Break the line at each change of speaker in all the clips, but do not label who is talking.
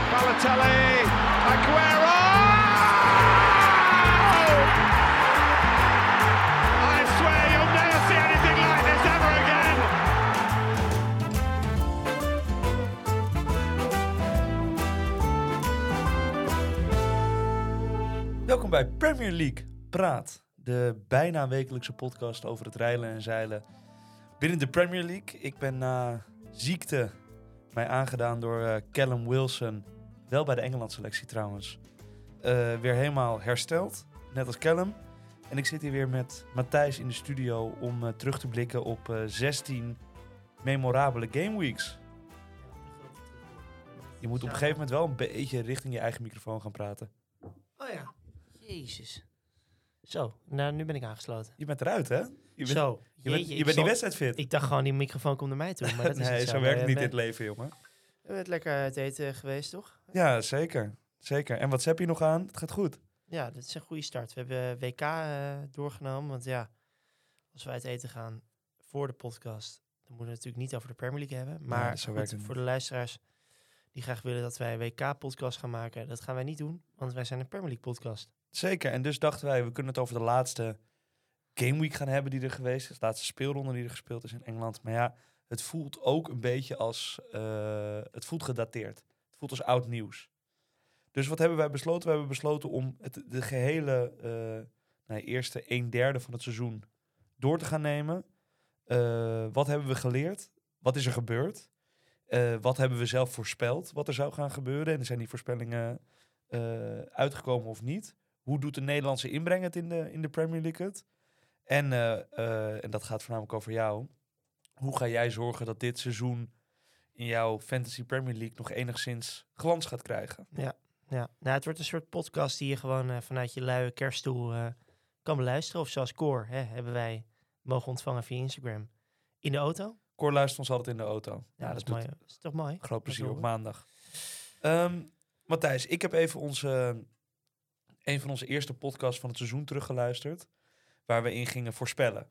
Balotelli, Aguero! I swear you'll never see anything like this ever again.
Welkom bij Premier League Praat, de bijna wekelijkse podcast over het rijlen en zeilen binnen de Premier League. Ik ben na ziekte mij aangedaan door eh, Callum Wilson, wel bij de Engeland selectie trouwens, eh, weer helemaal hersteld, net als Callum. En ik zit hier weer met Matthijs in de studio om eh, terug te blikken op eh, 16 memorabele gameweeks. Je moet op een gegeven moment wel een beetje richting je eigen microfoon gaan praten.
Oh ja. Jezus. Zo, nou, nu ben ik aangesloten.
Je bent eruit, hè? Je bent-
zo.
Je bent,
jeetje,
je
ik
bent
zat-
niet wedstrijdfit.
Ik dacht gewoon, die microfoon komt naar mij toe. Maar dat is
nee,
niet zo,
zo, werkt
Nee,
niet
nee.
dit leven, jongen.
Je bent lekker uit eten geweest, toch?
Ja, zeker. Zeker. En wat heb je nog aan? Het gaat goed.
Ja, dat is een goede start. We hebben WK eh, doorgenomen. Want ja, als wij uit eten gaan voor de podcast, dan moeten we het natuurlijk niet over de Premier League hebben. Maar
zo
goed,
werkt het
voor de luisteraars die graag willen dat wij een WK-podcast gaan maken, dat gaan wij niet doen. Want wij zijn een Premier League-podcast.
Zeker. En dus dachten wij, we kunnen het over de laatste gameweek gaan hebben die er geweest is. De laatste speelronde die er gespeeld is in Engeland. Maar ja, het voelt ook een beetje als... eh, het voelt gedateerd. Het voelt als oud nieuws. Dus wat hebben wij besloten? We hebben besloten om het, de gehele eh, nou, eerste een derde van het seizoen door te gaan nemen. Eh, wat hebben we geleerd? Wat is er gebeurd? Eh, wat hebben we zelf voorspeld wat er zou gaan gebeuren? En zijn die voorspellingen eh, uitgekomen of niet? hoe doet de Nederlandse inbreng het in de, in de Premier League het? En, eh, eh, en dat gaat voornamelijk over jou. Hoe ga jij zorgen dat dit seizoen in jouw Fantasy Premier League nog enigszins glans gaat krijgen?
Ja, nou, het wordt een soort podcast die je gewoon eh, vanuit je luie kerststoel eh, kan beluisteren. Of zoals Cor hè, hebben wij mogen ontvangen via Instagram. In de auto.
Cor luistert ons altijd in de auto.
Ja, dat, is
doet
mooi. Dat is toch mooi?
Groot plezier op
horen.
maandag. Ehm, Matthijs, ik heb even onze, een van onze eerste podcasts van het seizoen teruggeluisterd. Waar we in gingen voorspellen.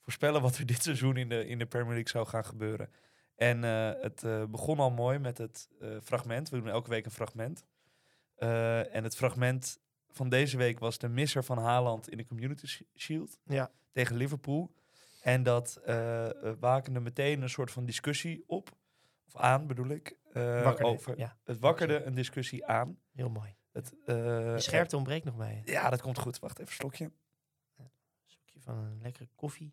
Voorspellen wat er dit seizoen in de, in de Premier League zou gaan gebeuren. En eh, het eh, begon al mooi met het eh, fragment. We doen elke week een fragment. Eh, en het fragment van deze week was de misser van Haaland in de Community Sh- Shield
Ja.
tegen Liverpool. En dat eh eh, wakende meteen een soort van discussie op of aan bedoel ik, eh,
Wakker.
over.
Ja,
Het wakkerde een discussie aan.
heel mooi.
Het, eh,
De scherpte ontbreekt nog bij.
Ja, dat komt goed. Wacht even, slokje.
Zoekje van een lekkere koffie.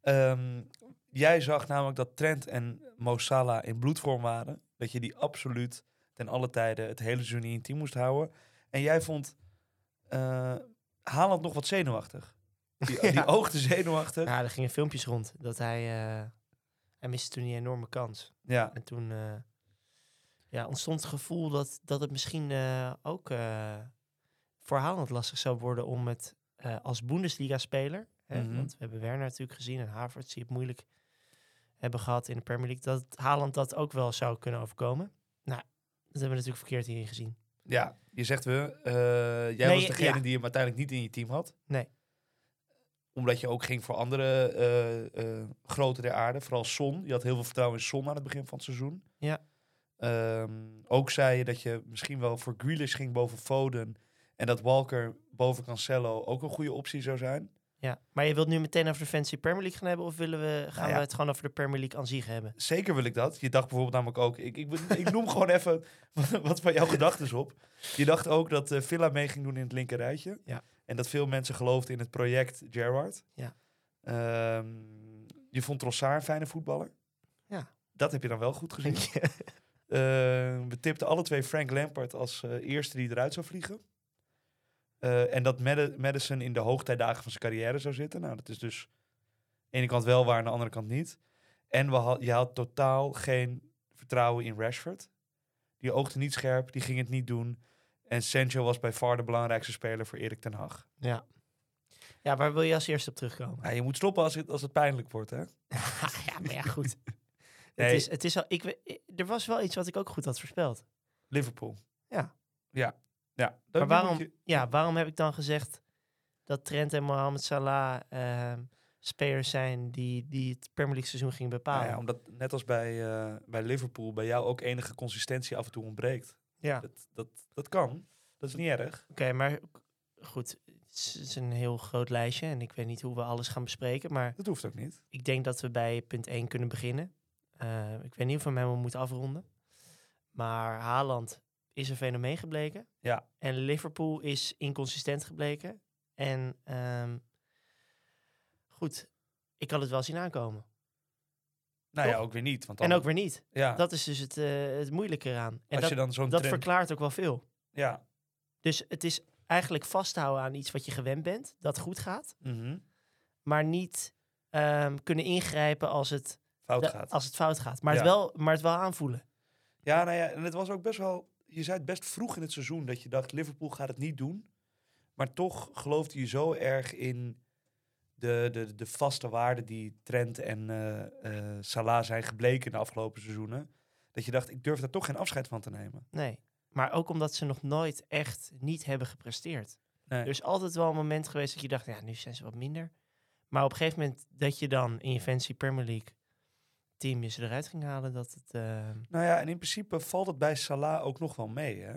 Ehm, jij zag namelijk dat Trent en Mo Salah in bloedvorm waren. Dat je die absoluut ten alle tijden het hele seizoen in je team moest houden. En jij vond eh Haaland nog wat zenuwachtig. Die, die oogde zenuwachtig. Ja.
Nou, er gingen filmpjes rond dat hij... eh, hij miste toen die enorme kans. En toen eh, ja, ontstond het gevoel dat, dat het misschien eh, ook eh voor Haaland lastig zou worden om het eh, als Bundesliga-speler, hè,
Mhm.
want we hebben Werner natuurlijk gezien en Havertz die het moeilijk hebben gehad in de Premier League, dat Haaland dat ook wel zou kunnen overkomen. Nou, dat hebben we natuurlijk verkeerd hierin gezien.
Ja, je zegt we. eh, jij
Nee,
was degene
ja.
die hem uiteindelijk niet in je team had.
Nee.
Omdat je ook ging voor andere eh eh grote der aarde. Vooral Son. Je had heel veel vertrouwen in Son aan het begin van het seizoen.
Ja.
Ehm, ook zei je dat je misschien wel voor Grealish ging boven Foden. En dat Walker boven Cancelo ook een goede optie zou zijn.
Ja, maar je wilt nu meteen over de Fantasy Premier League gaan hebben of willen we, gaan
ja.
we het gewoon over de Premier League aan zich hebben?
Zeker wil ik dat. Je dacht bijvoorbeeld namelijk ook... Ik, ik, ik noem gewoon even wat, wat van jouw gedachten is op. Je dacht ook dat eh, Villa mee ging doen in het linker rijtje.
Ja.
En dat veel mensen geloofden in het project Gerrard.
Ja.
Ehm, je vond Trossard een fijne voetballer.
Ja.
Dat heb je dan wel goed gezien. Eh, we tipten alle twee Frank Lampard als eh, eerste die eruit zou vliegen. Eh, en dat Madde- Madison in de hoogtijdagen van zijn carrière zou zitten. Nou, dat is dus aan de ene kant wel waar, aan de andere kant niet. En we had, je had totaal geen vertrouwen in Rashford. Die oogde niet scherp, die ging het niet doen. En Sancho was bij far de belangrijkste speler voor Erik ten Hag.
Ja. Ja, waar wil je als eerste op terugkomen?
Ja, je moet stoppen als het, als het pijnlijk wordt, hè?
ja, maar ja, goed.
Nee,
Het is, het is al, ik, we- ik- er was wel iets wat ik ook goed had voorspeld.
Liverpool.
Ja.
Ja. ja.
Maar
Dan moet
waarom,
je-
ja, waarom heb ik dan gezegd dat Trent en Mohamed Salah ehm, spelers zijn die, die het Premier League seizoen gingen
Nou
bepalen.
ja, omdat net als bij, eh, bij Liverpool, bij jou ook enige consistentie af en toe ontbreekt.
ja.
Dat, dat, dat kan. Dat is niet erg.
Oké, maar goed, het is- het is een heel groot lijstje en ik weet niet hoe we alles gaan bespreken, maar
Dat hoeft ook niet.
ik denk dat we bij punt 1 kunnen beginnen. Eh, ik weet niet of we hem helemaal moeten afronden, maar Haaland is een fenomeen gebleken.
Ja.
En Liverpool is inconsistent gebleken. En ehm, goed, ik had het wel zien aankomen.
Nou ja,
Toch?
ook weer niet. Want dan,
En ook weer niet.
ja,
Dat is dus het, eh, het moeilijke eraan. En
als je
dat,
dan zo'n
dat
trend-
verklaart ook wel veel.
Ja.
Dus het is eigenlijk vasthouden aan iets wat je gewend bent, dat goed gaat.
mhm,
maar niet ehm, kunnen ingrijpen als het,
Fout
de-
gaat.
als het fout gaat. Maar, het
Ja.
wel, maar het wel aanvoelen.
Ja, nou ja, en het was ook best wel. Je zei het best vroeg in het seizoen dat je dacht: Liverpool gaat het niet doen. Maar toch geloofde je zo erg in de, de, de vaste waarden die Trent en eh, eh, Salah zijn gebleken in de afgelopen seizoenen. Dat je dacht: ik durf daar toch geen afscheid van te nemen.
Nee. Maar ook omdat ze nog nooit echt niet hebben gepresteerd.
Nee.
Er is altijd wel een moment geweest dat je dacht, ja, nu zijn ze wat minder. Maar op een gegeven moment dat je dan in je fancy Premier League team je ze eruit ging halen, dat het... ehm,
Nou ja, en in principe valt het bij Salah ook nog wel mee. Hè?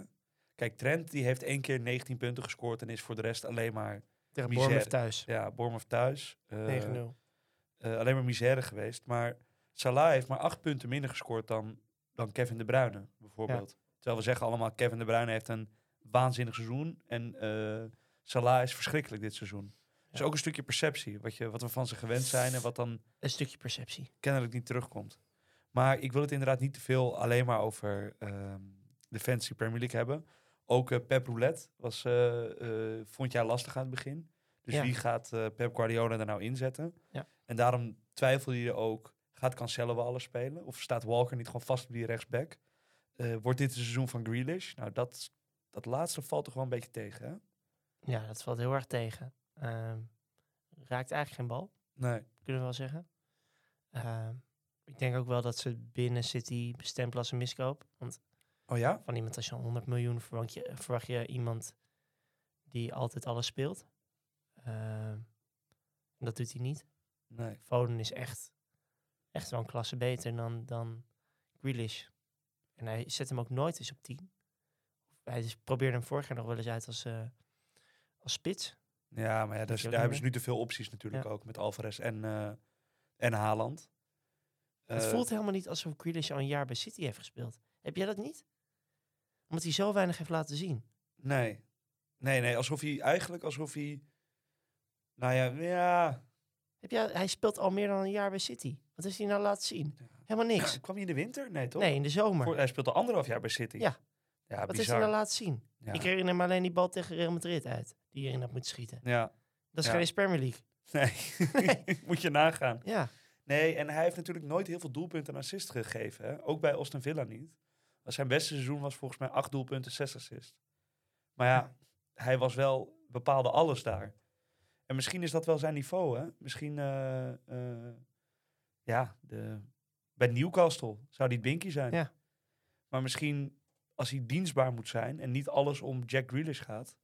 Kijk, Trent die heeft één keer 19 punten gescoord en is voor de rest alleen maar
tegen
Misère.
Bournemouth thuis.
ja, Bournemouth thuis. eh,
9-0.
eh, alleen maar misère geweest. Maar Salah heeft maar acht punten minder gescoord dan, dan Kevin De Bruyne, bijvoorbeeld. Terwijl we zeggen allemaal, Kevin De Bruyne heeft een waanzinnig seizoen. En eh, Salah is verschrikkelijk dit seizoen. Dus
Ja.
ook een stukje perceptie, wat, je, wat we van ze gewend zijn en wat dan
Een stukje perceptie.
kennelijk niet terugkomt. Maar ik wil het inderdaad niet te veel alleen maar over ehm, de Fantasy Premier League hebben. Ook eh, Pep Roulette was, eh, eh, vond jij lastig aan het begin. Dus
Ja.
wie gaat eh, Pep Guardiola er nou inzetten?
Ja.
En daarom twijfelde je ook, gaat Cancelo wel alles spelen? Of staat Walker niet gewoon vast op die rechtsback? Eh, wordt dit een seizoen van Grealish? Nou, dat, dat laatste valt toch wel een beetje tegen, hè?
Ja, dat valt heel erg tegen. Ehm, raakt eigenlijk geen bal.
Nee.
kunnen we wel zeggen. Ehm, ik denk ook wel dat ze binnen City bestempelen als een miskoop. Want
Oh ja?
van iemand als je 100 miljoen verwacht je, verwacht je iemand die altijd alles speelt. Ehm, en dat doet hij niet.
Nee.
Foden is echt, echt wel een klasse beter dan, dan Grealish. En hij zet hem ook nooit eens op 10. Hij is- probeerde hem vorig jaar nog wel eens uit als, eh, als spits.
Ja, maar ja, daar,
je
daar
ook niet
hebben ze nu te veel opties natuurlijk ook. Met Alvarez en, eh, en Haaland.
het
Eh,
voelt helemaal niet alsof Grealish al een jaar bij City heeft gespeeld. Heb jij dat niet? Omdat hij zo weinig heeft laten zien.
Nee. Nee, nee. Alsof hij eigenlijk... Alsof hij... Nou ja, ja...
Heb jij, hij speelt al meer dan een jaar bij City. Wat heeft hij nou laten zien? Helemaal niks.
Kwam hij in de winter? Nee, toch?
Nee, in de zomer.
Voor- hij speelde anderhalf jaar bij City.
Ja.
Ja,
Wat heeft hij
bizar.
nou laten zien?
ja.
Ik herinner me alleen die bal tegen Real Madrid uit. Die hierin had moeten schieten.
ja.
Dat is
Ja.
geen eens Premier League.
Nee. Moet je nagaan.
Ja,
Nee, en hij heeft natuurlijk nooit heel veel doelpunten en assists gegeven. Hè? Ook bij Aston Villa niet. Maar Zijn beste seizoen was volgens mij acht doelpunten, zes assists. Maar ja, hij was wel, bepaalde alles daar. En misschien is dat wel zijn niveau, hè? Misschien, eh, eh, ja, de, bij Newcastle zou die Binky zijn.
Ja.
Maar misschien als hij dienstbaar moet zijn en niet alles om Jack Grealish gaat,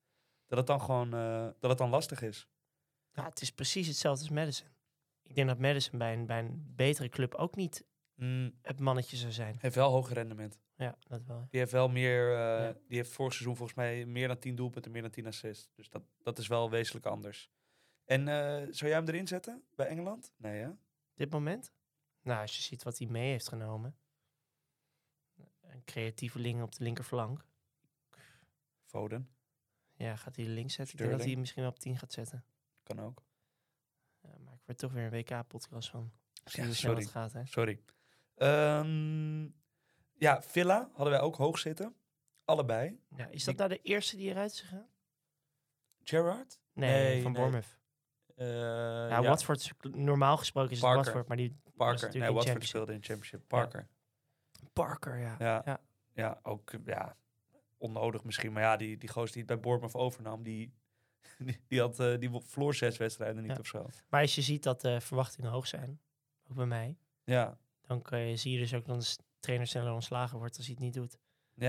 dat het dan gewoon, eh, dat het dan lastig is.
ja het is precies hetzelfde als Madison. Ik denk dat Madison bij een, bij een betere club ook niet
Mm,
het mannetje zou zijn.
heeft wel hoger rendement.
Ja, dat wel.
Die heeft wel meer. eh,
Ja.
Die heeft vorig seizoen volgens mij meer dan 10 doelpunten, meer dan 10 assists. Dus dat, dat is wel wezenlijk anders. En eh, zou jij hem erin zetten bij Engeland? Nee, hè?
dit moment? Nou, als je ziet wat hij mee heeft genomen. Een creatieveling op de linkerflank.
Foden
Ja, gaat hij links zetten? Ik denk dat hij
Sterling.
hem misschien wel op 10 gaat zetten.
kan ook.
Ja, maar ik word toch weer een WK-podcast van. Zie
Ja,
hoe snel
sorry.
het gaat, hè?
sorry. Ehm, ja, Villa hadden wij ook hoog zitten. Allebei.
Ja, is dat
Ik-
nou de eerste die eruit is gegaan?
Gerrard?
Nee,
Nee,
van
nee.
Bournemouth.
eh,
Ja, Nou, Watford, is- normaal gesproken is het
Parker.
Watford, maar die
Parker. Nee,
natuurlijk in
Watford
Championship.
speelde in Championship. Parker.
Parker, ja.
Ja. ja, ook ja, onnodig misschien. Maar ja, die, die gozer die het bij Bournemouth overnam, die, die, die had, eh, die wo- verloor zes wedstrijden niet
Ja.
of zo.
Maar als je ziet dat de verwachtingen hoog zijn, ook bij mij,
Ja,
dan kan je, zie je dus ook dat de trainer sneller ontslagen wordt als hij het niet doet.
ja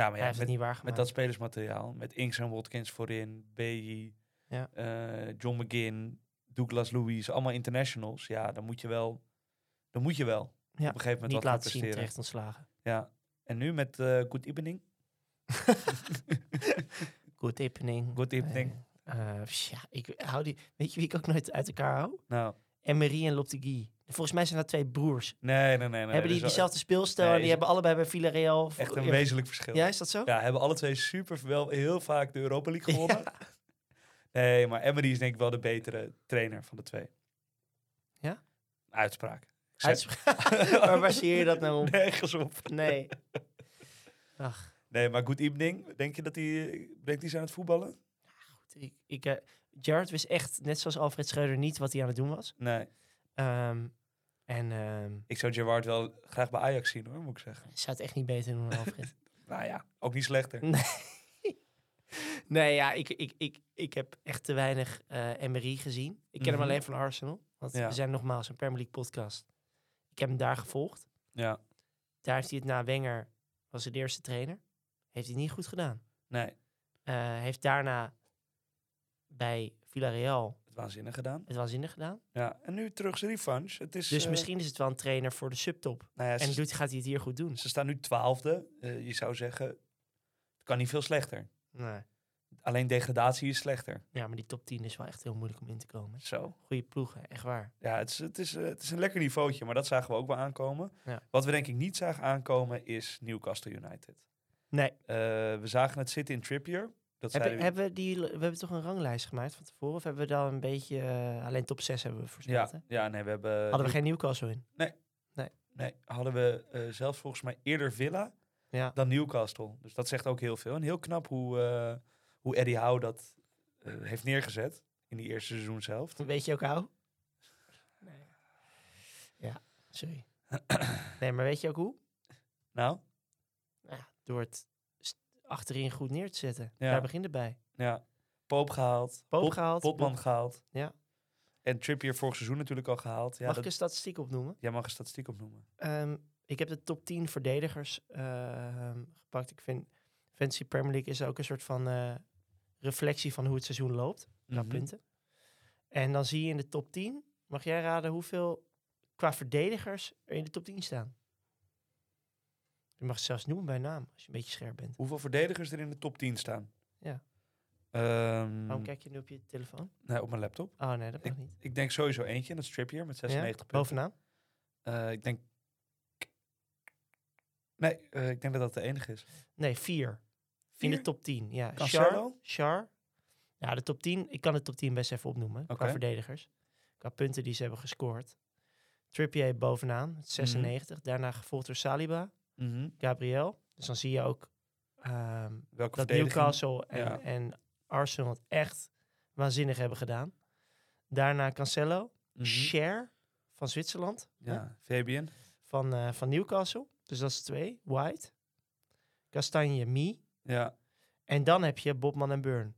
maar
hij
ja,
heeft
met,
het niet waargemaakt.
met dat spelersmateriaal, met Inks en Watkins voorin, BJ,
Ja.
eh, John McGinn, Douglas Louise, allemaal internationals. Ja, dan moet je wel, dan moet je wel
Ja,
op een gegeven moment
Niet
wat gaan
laten zien,
presteren.
terecht ontslagen.
Ja. En nu met eh Good Evening.
Good evening.
Good Evening.
Eh, eh, pff, ja, ik hou die... Weet je wie ik ook nooit uit elkaar hou?
Nou,
Emery en Loptegui. Volgens mij zijn dat twee broers.
nee, nee, nee. nee
hebben
dus
die diezelfde speelstijl
Nee,
en
is-
die hebben allebei bij Villarreal... v-
Echt een
ja,
wezenlijk verschil.
Ja, is dat zo?
Ja, hebben alle twee super wel heel vaak de Europa League gewonnen.
Ja.
Nee, maar Emery is denk ik wel de betere trainer van de twee.
Ja?
Uitspraak. Zet-
Uitspraak. maar waar zie je dat nou op?
Nergens op.
Nee.
Nee, maar Good Evening, denk je dat hij... Brengt hij ze aan het voetballen?
Goed, Ik, ik, eh, Gerrard wist echt, net zoals Alfred Schreuder, niet wat hij aan het doen was.
Nee.
Ehm, en ehm,
Ik zou Gerard wel graag bij Ajax zien hoor, moet ik zeggen.
zou het echt niet beter doen dan Alfred.
Nou ja, ook niet slechter.
nee, ja, ik, ik, ik, ik heb echt te weinig eh Emery gezien. Ik ken hem
Mhm.
alleen van Arsenal. Want
Ja.
we zijn nogmaals een Premier League podcast. Ik heb hem daar gevolgd.
Ja.
Daar heeft hij het na Wenger, was de eerste trainer. Heeft hij het niet goed gedaan.
Nee,
Eh, heeft daarna bij Villarreal
het waanzinnig gedaan.
het waanzinnig gedaan.
Ja, en nu terug zijn revanche. Het is,
Dus
eh,
misschien is het wel een trainer voor de subtop.
Nou ja,
En
ze,
doet, gaat hij het hier goed doen?
ze staan nu twaalfde. Eh, je zou zeggen, het kan niet veel slechter.
Nee.
Alleen degradatie is slechter.
Ja, maar die top 10 is wel echt heel moeilijk om in te komen.
Zo.
Goede ploegen, echt waar.
Ja, het is, het, is, eh, het is een lekker niveautje, maar dat zagen we ook wel aankomen.
Ja.
Wat we denk ik niet zagen aankomen is Newcastle United.
Nee.
Eh, we zagen het zitten in Trippier. Dat
Hebben,
zeiden we-
hebben we, die, we hebben toch een ranglijst gemaakt van tevoren? Of hebben we daar een beetje... eh, alleen top 6 hebben we voorspeld, hè?
ja, Eh, ja, nee, we hebben...
Hadden we geen Newcastle in?
Nee, hadden we eh, zelfs volgens mij eerder Villa
Ja.
dan Newcastle. Dus dat zegt ook heel veel. En heel knap hoe, eh, hoe Eddie Howe dat eh, heeft neergezet in die eerste seizoen zelf.
Weet je ook hoe? Nee. Ja, sorry. nee, maar weet je ook hoe?
Nou,
Ja, door het st- achterin goed neer te zetten.
Ja.
Daar begint het bij.
ja. Poop gehaald.
Poop
Pot-
gehaald.
Potman gehaald.
Ja.
En Trippier vorig seizoen natuurlijk al gehaald. Ja,
Mag
dat,
ik een statistiek opnoemen?
Jij mag een statistiek opnoemen.
Ehm, ik heb de top 10 verdedigers ehm, gepakt. Ik vind Fantasy Premier League is ook een soort van eh, reflectie van hoe het seizoen loopt. Naar
Mhm.
punten. En dan zie je in de top 10, mag jij raden hoeveel qua verdedigers er in de top 10 staan? Je mag ze zelfs noemen bij naam, als je een beetje scherp bent.
Hoeveel verdedigers er in de top 10 staan?
Ja.
Ehm,
Waarom kijk je nu op je telefoon?
nee, op mijn laptop.
Oh nee, dat mag niet.
Ik denk sowieso eentje, en dat is Trippier met 96 punten.
Bovenaan?
Eh, ik denk... Nee, eh, ik denk dat dat de enige is.
Nee, vier. In de top 10, ja.
Cancelo?
Char, Char. Ja, de top 10. Ik kan de top 10 best even opnoemen.
Oké.
Qua verdedigers. Qua punten die ze hebben gescoord. Trippier bovenaan, met 96. Daarna gevolgd door Saliba,
Mhm.
Gabriel. Dus dan zie je ook ehm,
Welke
dat
verdediging?
Newcastle en,
Ja.
en Arsenal het echt waanzinnig hebben gedaan. Daarna Cancelo.
Mhm.
Cher van Zwitserland.
Ja, Fabian.
Van, eh, van Newcastle. Dus dat is twee. White. Castagne, Mi.
Ja,
En dan heb je Bobman en Burn.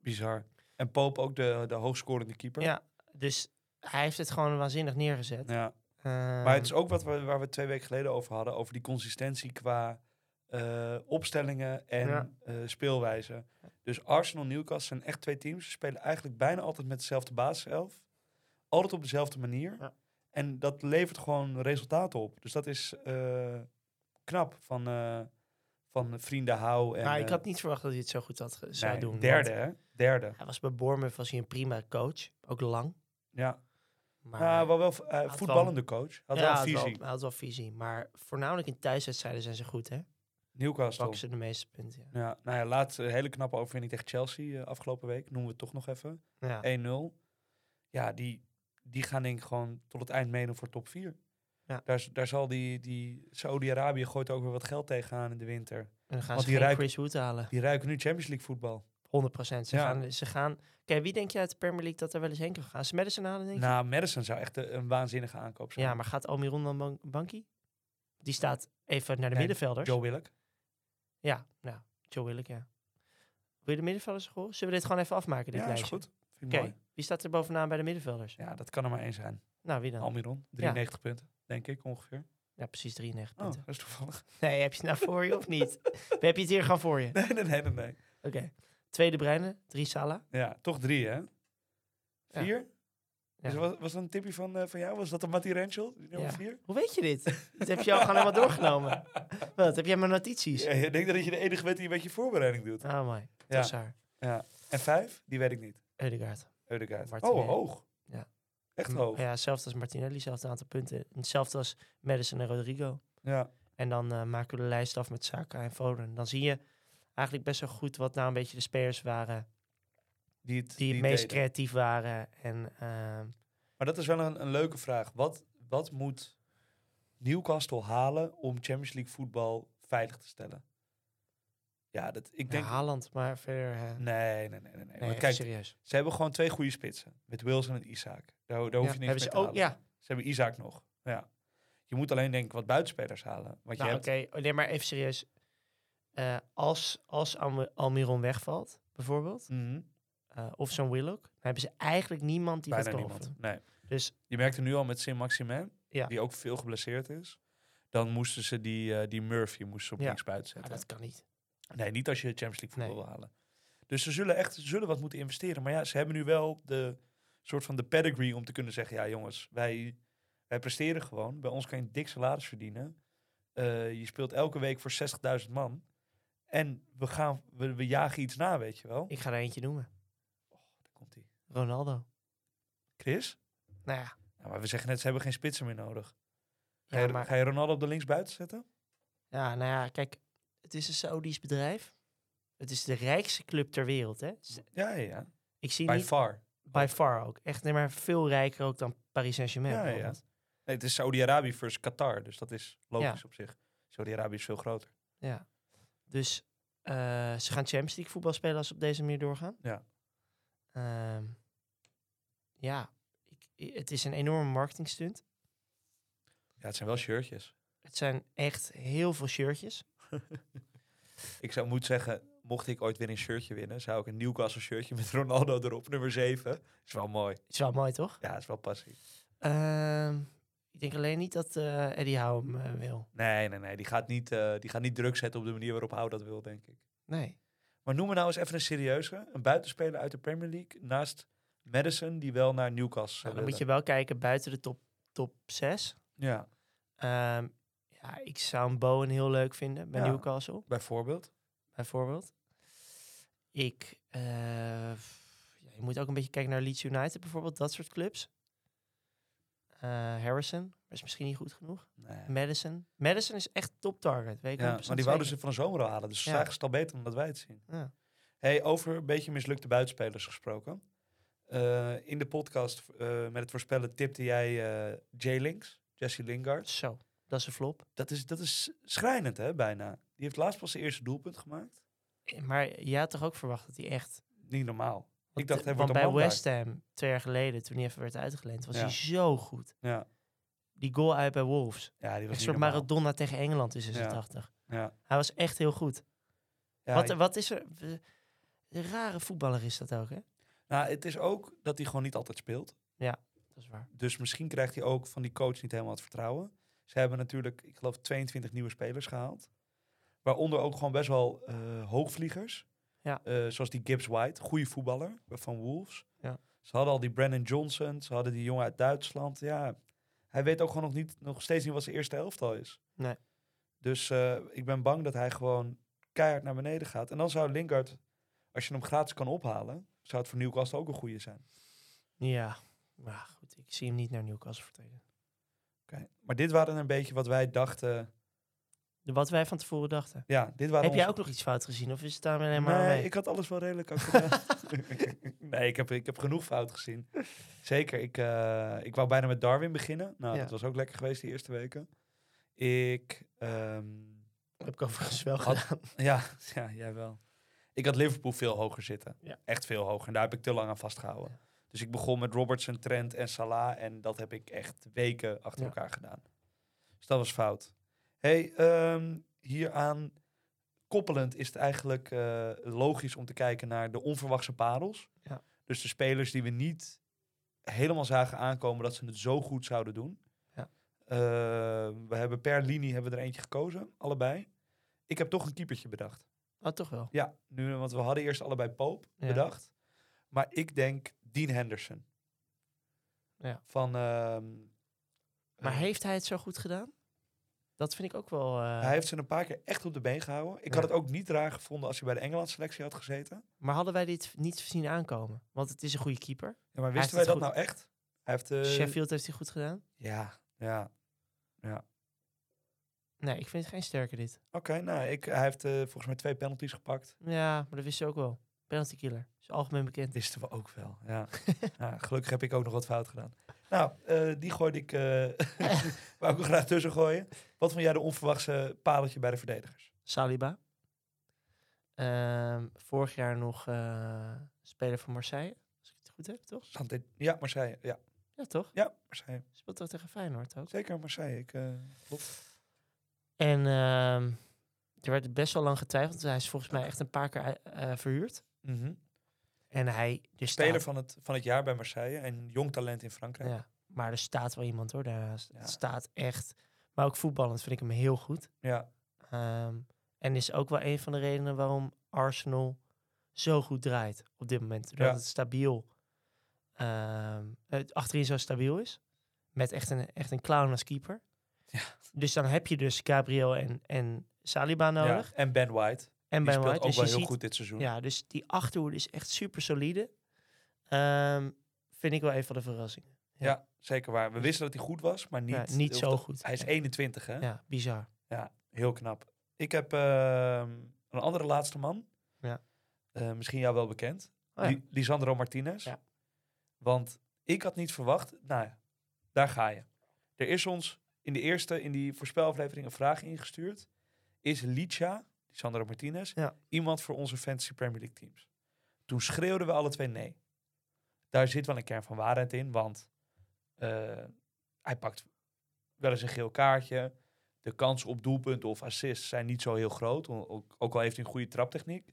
bizar. En Pope ook de, de hoogscorende keeper.
Ja, dus hij heeft het gewoon waanzinnig neergezet. Ehm,
Ja. Maar het is ook wat we, waar we twee weken geleden over hadden. Over die consistentie qua eh, opstellingen en
Ja.
eh, speelwijze. Dus Arsenal en Newcastle zijn echt twee teams. Ze spelen eigenlijk bijna altijd met dezelfde basiself. Altijd op dezelfde manier.
Ja.
En dat levert gewoon resultaten op. Dus dat is eh, knap van, eh, van vrienden Hou. En,
maar ik
eh,
had niet verwacht dat hij het zo goed had, ge- zou
nee,
doen.
Derde,
want
hè? Derde.
Hij was bij Bournemouth was hij een prima coach. Ook lang.
Ja.
Maar
Nou, wel, wel eh,
wel-
voetballende coach. Had wel
Ja,
een
hij had
visie.
wel- hij had wel visie. Maar voornamelijk in thuiswedstrijden zijn ze goed, hè?
Newcastle.
Pakken ze de meeste punten, ja.
Ja, nou ja, laatst een hele knappe overwinning tegen Chelsea eh, afgelopen week. Noemen we het toch nog even.
Ja.
1-0. Ja, die, die gaan denk ik gewoon tot het eind meedoen voor top 4.
Ja.
Daar, z- daar zal die, die Saudi-Arabië gooit ook weer wat geld tegenaan in de winter.
En dan gaan
Want
ze
die
geen
ruikt-
Chris Wood halen. 100%.
Die ruiken nu Champions League voetbal.
Ze
Ja.
gaan... Ze gaan... Kijk, wie denk je uit de Premier League dat er wel eens heen kan gaan? Is Madison halen, denk je?
Nou, Madison zou echt eh, een waanzinnige aankoop zijn.
ja, maar gaat Almiron dan ban Bankie? Die staat even naar de
Nee,
middenvelders.
Joe Willock.
Ja, nou, Joe Willeke, ja. Wil je de middenvelders horen? Zullen we dit gewoon even afmaken, dit
Ja, is
lijstje?
goed. Vind
Oké,
ik mooi.
wie staat er bovenaan bij de middenvelders?
Ja, dat kan er maar één zijn.
Nou, wie dan?
Almiron, 93 punten, denk ik ongeveer.
Ja, precies 93
Oh,
punten.
dat is toevallig.
Nee, heb je het nou voor je of niet? heb je het hier gewoon voor je?
Nee, nee, nee, nee. nee.
Oké. Tweede Breinen, drie Sala.
Ja, toch drie, hè?
Ja.
Vier?
Ja.
Dus was, was dat een tipje van, eh, van jou? Was dat de Matty Rensel, die nummer
Ja.
4?
Hoe weet je dit? Dat heb je al gewoon helemaal doorgenomen. Wat, heb jij mijn notities?
Ja, ik denk dat je de enige bent die een beetje voorbereiding doet.
Ah, mooi.
Ja.
Tossaar.
Ja. En 5? Die weet ik niet.
Eudegaard.
Eudegaard.
Martinelli.
Oh, hoog.
Ja.
Echt
Hm,
hoog. Ja.
Ja, hetzelfde als Martinelli, hetzelfde aantal punten. Hetzelfde als Madison en Rodrigo. En dan eh, maken we de lijst af met Saka en Foden. Dan zie je eigenlijk best wel goed wat nou een beetje de spelers waren
Die het,
die het
het
meest
deden.
creatief waren. En ehm,
Maar dat is wel een, een leuke vraag. Wat, wat moet Newcastle halen om Champions League voetbal veilig te stellen? Ja, dat, ik
ja,
denk...
Haaland, maar verder... eh
Nee,
nee,
nee, nee. nee, nee. Maar
even
kijk,
serieus.
ze hebben gewoon twee goede spitsen. Met Wilson en Isaac. Daar, daar hoef
Ja,
je niks mee
hebben ze
te
ook,
halen.
Ja,
Ze hebben Isaac nog. Ja. Je moet alleen denk ik wat buitenspelers halen. Want
nou
je
oké.
hebt...
Nee, maar even serieus. Eh, als als Almi- Almiron wegvalt, bijvoorbeeld,
Mhm.
eh, of zo'n Willock, dan hebben ze eigenlijk niemand die
Bijna
dat kan
niemand.
offeren.
Nee.
Dus
Je merkte nu al met Saint-Maximin,
Ja.
die ook veel geblesseerd is. Dan moesten ze die, eh, die Murphy moesten ze op
Ja.
links buiten
ah,
zetten.
dat kan niet.
Nee, niet als je Champions League voetbal
Nee.
wil halen. Dus ze zullen echt ze zullen wat moeten investeren. Maar ja, ze hebben nu wel de soort van de pedigree om te kunnen zeggen... ja jongens, wij, wij presteren gewoon. Bij ons kan je een dik salaris verdienen. Eh, je speelt elke week voor 60.000 man. En we, gaan, we, we jagen iets na, weet je wel.
Ik ga er eentje noemen.
Daar komt hij.
Ronaldo.
Chris?
Nou ja,
Ja, maar we zeggen net, ze hebben geen spitsen meer nodig. Ga,
ja,
je,
maar,
ga je Ronaldo op de linksbuiten zetten?
ja, nou ja, kijk, het is een Saoedisch bedrijf. Het is de rijkste club ter wereld, hè. Dus
Ja, ja, ja.
Ik zie
By
niet,
far.
by far ook, echt nee, maar veel rijker ook dan Paris Saint-Germain.
Ja, ja.
bijvoorbeeld.
Nee, het is Saudi-Arabië versus Qatar, dus dat is logisch
Ja.
op zich. Saudi-Arabië is veel groter.
Ja. Dus eh, ze gaan Champions League voetbal spelen als ze op deze manier doorgaan.
Ja.
Ehm, ja, ik, i- het is een enorme marketing stunt.
Ja, het zijn wel shirtjes.
Het zijn echt heel veel shirtjes.
Ik zou moeten zeggen, mocht ik ooit weer een shirtje winnen, zou ik een Newcastle shirtje met Ronaldo erop, nummer 7. Is wel mooi.
Is wel mooi, toch?
Ja, is wel passie.
Ehm, ik denk alleen niet dat eh Eddie Howe hem eh, wil.
Nee, nee, nee, die gaat, niet, eh, die gaat niet druk zetten op de manier waarop Hou dat wil, denk ik.
Nee.
Maar noem me nou eens even een serieuze. Een buitenspeler uit de Premier League naast Madison, die wel naar Newcastle zou
dan moet je
willen.
wel kijken buiten de top, top 6.
Ja,
ja, ik zou een Bowen heel leuk vinden bij
Ja.
Newcastle.
bijvoorbeeld.
bijvoorbeeld. Ik, eh, f- ja, je moet ook een beetje kijken naar Leeds United bijvoorbeeld, dat soort clubs. Eh, Harrison is misschien niet goed genoeg.
Nee.
Madison. Madison is echt top target, weet ik
Ja,
100%
maar die wouden
zeker.
ze van de zomer al halen. Dus ze
Ja.
zagen ze het al beter dan dat wij het zien.
Ja.
Hey, over een beetje mislukte buitenspelers gesproken. Eh, in de podcast eh, met het voorspellen tipte jij eh Jay Links, Jesse Lingard.
Zo, dat is een flop.
Dat is, dat is schrijnend, hè, bijna. Die heeft laatst pas zijn eerste doelpunt gemaakt.
Eh, Maar jij had toch ook verwacht dat hij echt...
Niet normaal.
want,
dacht,
eh,
hij
Want
wordt een
bij
man daar.
West Ham, twee jaar geleden, toen hij even werd uitgeleend, was
Ja.
hij zo goed.
Ja,
Die goal uit bij Wolves.
ja die was
Een
niet
soort
normaal.
Maradona tegen Engeland in
Ja.
86.
Ja.
Hij was echt heel goed.
Ja,
wat, wat is er... eh, Een rare voetballer is dat ook, hè?
nou, het is ook dat hij gewoon niet altijd speelt.
Dat is waar.
Dus misschien krijgt hij ook van die coach niet helemaal het vertrouwen. Ze hebben natuurlijk, ik geloof, 22 nieuwe spelers gehaald. Waaronder ook gewoon best wel eh, hoogvliegers.
Ja.
Eh, zoals die Gibbs White, goede voetballer van Wolves.
Ja.
Ze hadden al die Brandon Johnson, ze hadden die jongen uit Duitsland. Ja, hij weet ook gewoon nog, niet, nog steeds niet wat zijn eerste elftal is.
Nee.
Dus eh, ik ben bang dat hij gewoon keihard naar beneden gaat. En dan zou Lingard, als je hem gratis kan ophalen, zou het voor Newcastle ook een goede zijn.
Ja, maar goed, ik zie hem niet naar Newcastle vertrekken.
Oké, Maar dit waren een beetje wat wij dachten.
De- Wat wij van tevoren dachten.
Ja, dit waren
Heb jij
onze-
ook nog iets fout gezien of is het daar alleen maar
Nee,
mee?
ik had alles wel redelijk accuraat. nee, ik heb, ik heb genoeg fout gezien. Zeker, ik, eh, ik wou bijna met Darwin beginnen. Nou,
Ja.
dat was ook lekker geweest die eerste weken. Ik, ehm,
Heb ik overigens wel
Had-
gedaan.
ja, ja, jij wel. Ik had Liverpool veel hoger zitten.
Ja.
Echt veel hoger. En daar heb ik te lang aan vastgehouden.
Ja.
Dus ik begon met Robertson, Trent en Salah. En dat heb ik echt weken achter
Ja.
elkaar gedaan. Dus dat was fout. hey, ehm, hieraan koppelend is het eigenlijk eh, logisch om te kijken naar de onverwachte parels.
Ja.
Dus de spelers die we niet helemaal zagen aankomen dat ze het zo goed zouden doen.
Ja.
Eh, we hebben per linie hebben we er eentje gekozen, allebei. Ik heb toch een keepertje bedacht.
Oh, toch wel.
Ja, nu, want we hadden eerst allebei Pope
Ja.
bedacht. Maar ik denk Dean Henderson.
Ja.
Van, ehm,
Maar
eh,
heeft hij het zo goed gedaan? Dat vind ik ook wel... eh,
hij heeft ze een paar keer echt op de been gehouden. Ik had
Ja.
het ook niet raar gevonden als hij bij de Engeland selectie had gezeten.
Maar hadden wij dit niet zien aankomen? Want het is een goede keeper.
Ja, maar
heeft
wisten wij
het
dat nou echt? Hij heeft... eh,
Sheffield heeft hij goed gedaan.
Ja, ja.
Nee, ik vind het geen sterke dit.
Oké, nou, ik, hij heeft eh, volgens mij twee penalties gepakt.
Ja, maar dat wist je ook wel. Penalty killer. Is algemeen bekend.
Wisten we ook wel, ja. Ja, Gelukkig heb ik ook nog wat fout gedaan. Nou, eh, die gooide ik... eh wou ik er graag tussen gooien. Wat vond jij de onverwachte paletje bij de verdedigers?
Saliba. Ehm, vorig jaar nog eh, speler van Marseille. Als ik het goed heb, toch?
Santé- Ja, Marseille. Ja,
Ja, toch?
ja Marseille.
Speelt toch tegen Feyenoord ook?
Zeker Marseille. Ik, eh, klopt.
En ehm, er werd best wel lang getwijfeld. Hij is volgens mij echt een paar keer eh, eh, verhuurd.
Mhm.
En hij... Er staat,
Speler van het, van het jaar bij Marseille en jong talent in Frankrijk.
Ja, maar er staat wel iemand hoor daarnaast.
Ja.
Het staat echt... Maar ook voetballend vind ik hem heel goed.
Ja,
Ehm, en is ook wel een van de redenen waarom Arsenal zo goed draait op dit moment. Doordat
Ja.
het stabiel, ehm, het achterin zo stabiel is. Met echt een, echt een clown als keeper.
Ja.
Dus dan heb je dus Gabriel en, en Saliba
ja.
nodig.
En Ben White.
En
die
Ben
speelt
White.
ook
Dus
wel
je
heel
ziet,
goed dit seizoen.
ja, dus die achterhoede is echt super solide. Ehm, vind ik wel een van de verrassingen. ja.
Ja, zeker waar. We wisten dat hij goed was, maar niet,
Ja, niet
of
zo
dat-
goed.
Hij is
Ja.
21, hè?
Ja, bizar.
Ja, heel knap. Ik heb ehm, een andere laatste man.
Ja.
Eh, misschien jou wel bekend.
Oh ja.
Li- Lisandro Martinez.
Ja.
Want ik had niet verwacht... Nou ja, daar ga je. Er is ons in de eerste, in die voorspelaflevering, een vraag ingestuurd. Is Licha, Lisandro Martinez,
Ja.
iemand voor onze Fantasy Premier League teams? Toen schreeuwden we alle twee nee. Daar zit wel een kern van waarheid in, want eh, hij pakt wel eens een geel kaartje de kans op doelpunt of assist zijn niet zo heel groot. o- Ook, ook al heeft hij een goede traptechniek.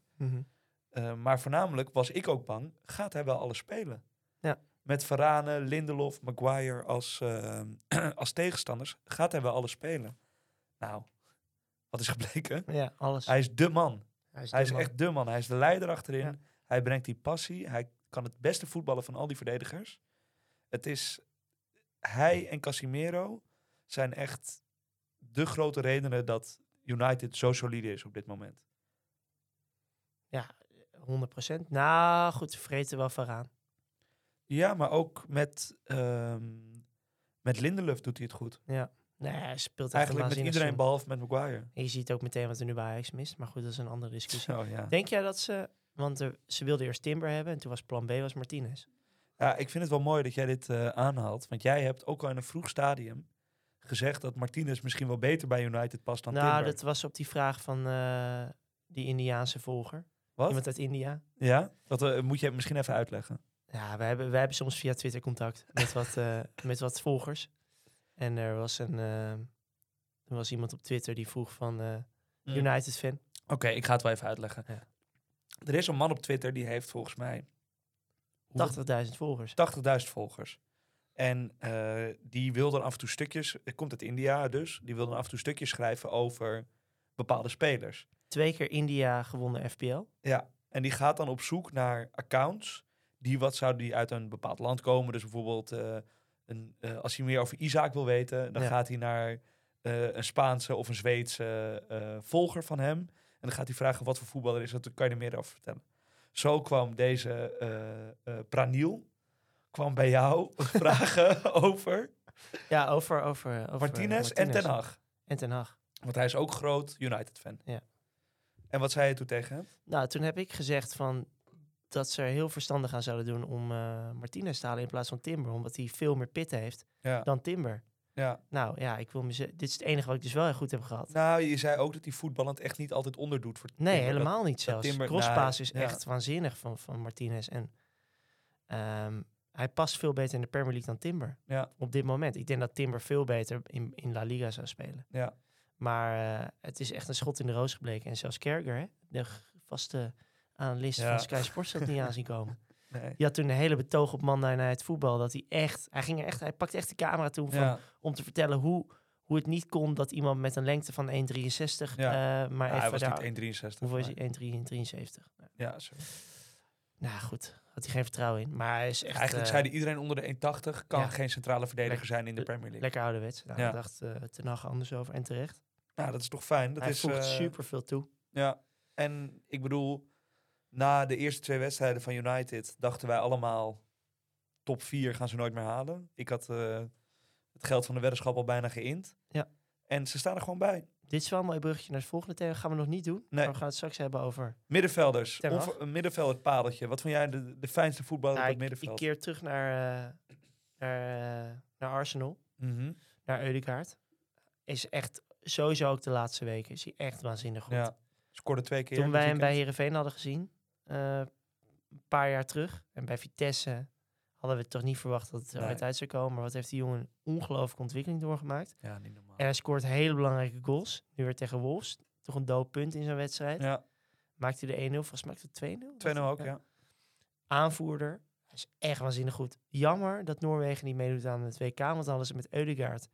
Eh, maar voornamelijk was ik ook bang, gaat hij wel alles spelen?
Ja.
Met Varane, Lindelof, Maguire als, eh, als tegenstanders, gaat hij wel alles spelen? Nou, wat is gebleken?
Ja, alles.
Hij is de man.
is,
Hij
de
is
man.
echt de man. Hij is de leider achterin.
Ja.
Hij brengt die passie. Hij kan het beste voetballen van al die verdedigers. Het is... Hij en Casimiro zijn echt de grote redenen dat United zo solide is op dit moment.
100%. Nou, goed, vreten wel van aan.
Ja, maar ook met, ehm, met Lindelof doet hij het goed.
Nee, hij speelt
Eigenlijk
echt een
met
waanzinnig
iedereen
seizoen.
behalve met Maguire. Dus
En je ziet ook meteen wat er nu bij Ajax mist. Maar goed, dat is een andere discussie.
Zo, ja.
Denk jij dat ze... Want er- ze wilden eerst Timber hebben en toen was plan B was Martinez.
ja, ik vind het wel mooi dat jij dit eh, aanhaalt. Want jij hebt ook al in een vroeg stadium gezegd dat Martinez misschien wel beter bij United past dan
nou,
Timber.
dat was op die vraag van eh, die Indiaanse volger.
Wat?
Iemand uit India.
Ja, dat eh, moet je misschien even uitleggen.
Ja, wij hebben, wij hebben soms via Twitter contact met wat, eh, met wat volgers. En er was, een, eh, er was iemand op Twitter die vroeg van eh,
Mm.
United fan.
Oké, ik ga het wel even uitleggen.
Ja.
Er is een man op Twitter die heeft volgens mij hoeveel-
80.000 volgers.
80.000 volgers. En eh, die wil dan af en toe stukjes, het komt uit India dus, die wil dan af en toe stukjes schrijven over bepaalde spelers.
Twee keer India gewonnen FPL.
Ja, en die gaat dan op zoek naar accounts die wat zouden die uit een bepaald land komen. Dus bijvoorbeeld, eh, een, eh, als hij meer over Isaac wil weten, dan
Ja.
gaat hij naar eh, een Spaanse of een Zweedse eh, volger van hem. En dan gaat hij vragen wat voor voetballer is dat, dan kan je er meer over vertellen. Zo kwam deze eh, eh, Praniel kwam bij jou vragen over
Ja, over, over, over
Martinez en Ten Hag.
En Ten Hag.
Want hij is ook groot United-fan.
Ja.
En wat zei je toen tegen hem?
Nou, toen heb ik gezegd van dat ze er heel verstandig aan zouden doen om eh Martinez te halen in plaats van Timber. Omdat hij veel meer pit heeft
Ja.
dan Timber.
ja.
Nou ja, ik wil me ze- dit is het enige wat ik dus wel heel goed heb gehad.
Nou, je zei ook dat hij voetballend echt niet altijd onderdoet voor
Nee,
Timber. Dat-
helemaal niet zelfs.
Timber-
Crosspaas
nee,
is
ja.
echt waanzinnig van, van Martinez. En ehm, hij past veel beter in de Premier League dan Timber.
Ja.
Op dit moment. Ik denk dat Timber veel beter in, in La Liga zou spelen.
Ja.
Maar eh, het is echt een schot in de roos gebleken. En zelfs Kerger, hè, de g- vaste analist
Ja.
van Sky Sports, had het niet aanzien komen.
Nee.
Die had toen een hele betoog op Monday Night Voetbal. Dat hij echt, hij ging er echt, hij pakte echt de camera toen van,
Ja.
om te vertellen hoe, hoe het niet kon dat iemand met een lengte van 1,63, eh,
Ja,
maar
hij
even
was
daar-
niet 1,63.
Hoeveel is
maar-
hij? 1,73. Nou,
Ja, zo.
Nou goed, Had hij geen vertrouwen in. Maar hij is echt
Eigenlijk
eh,
zeiden iedereen onder de 1,80 kan
ja.
geen centrale verdediger
Lek-
zijn in de
le-
Premier League.
lekker ouderwets. Nou,
Ja.
daar dacht eh Ten Hag anders over en terecht.
Nou, dat is toch fijn. Dat
hij
is,
voegt
eh,
super veel toe.
Ja, en ik bedoel, na de eerste twee wedstrijden van United dachten wij allemaal, top 4 gaan ze nooit meer halen. Ik had eh, het geld van de weddenschap al bijna geïnd.
Ja.
En ze staan er gewoon bij.
Dit is wel een mooi bruggetje naar het volgende thema. Gaan we nog niet doen.
Nee.
Maar we gaan het straks hebben over...
Middenvelders,
Ten Hag.
of een middenvelder padeltje. Wat vond jij de, de fijnste voetballer
Nou,
op
ik,
het
ik
middenveld?
keer terug naar, eh, naar, eh, naar Arsenal.
Mhm.
Naar Eudegaard. Is echt... Sowieso ook de laatste weken is hij echt waanzinnig goed.
Ja, scoorde twee keer.
Toen
dit
wij hem bij
weekend.
Heerenveen hadden gezien, eh, een paar jaar terug, en bij Vitesse hadden we toch niet verwacht dat het er
Nee.
ooit uit zou komen. Maar wat heeft die jongen een ongelooflijke ontwikkeling doorgemaakt.
Ja, niet normaal.
En hij scoort hele belangrijke goals. Nu weer tegen Wolves. Toch een doelpunt in zijn wedstrijd.
Ja, 2-0
Maakt hij de 1-0, volgens mij maakt hij 2-0.
ook, ja.
Aanvoerder. Hij is echt waanzinnig goed. Jammer dat Noorwegen niet meedoet aan het WK, want dan hadden ze met Eudegaard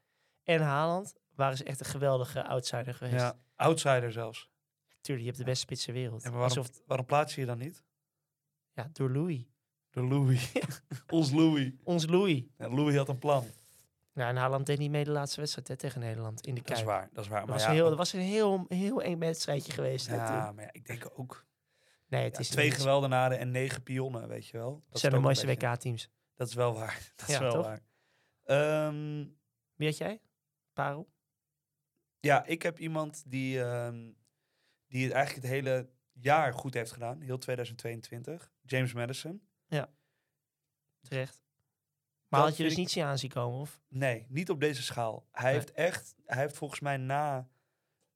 en Haaland waren ze echt een geweldige outsider geweest.
ja. Outsider zelfs.
Tuurlijk, je hebt de beste spits ter wereld.
En waarom,
Alsof,
waarom plaats je je dan niet?
ja, door Louis.
De Louis. Ons Louis.
Ons Louis.
Ja, Louis had een plan.
Nou, en Haaland deed niet mee de laatste wedstrijd hè, tegen Nederland in de
Dat is
Kuip.
waar, dat is waar.
Dat
Maar
was,
ja,
heel, dat was een heel, heel eng wedstrijdje geweest. hè,
Ja,
toen.
maar ja, ik denk ook.
Nee, het
Ja,
is
twee
niet-
geweldenaren en negen pionnen, weet je wel. Dat
Het
is
zijn de
ook een
mooiste
beetje-
WK-teams.
Dat is wel waar. Dat is
Ja,
wel
toch?
waar. Ehm,
Wie had jij? Parel?
ja, ik heb iemand die, ehm, die het eigenlijk het hele jaar goed heeft gedaan. Heel 2022. James Madison.
Terecht. Maar
Dat
had je dus
vind ik-
niet zien aanzien komen? Of?
Nee, niet op deze schaal. Hij
Nee.
heeft echt, hij heeft volgens mij na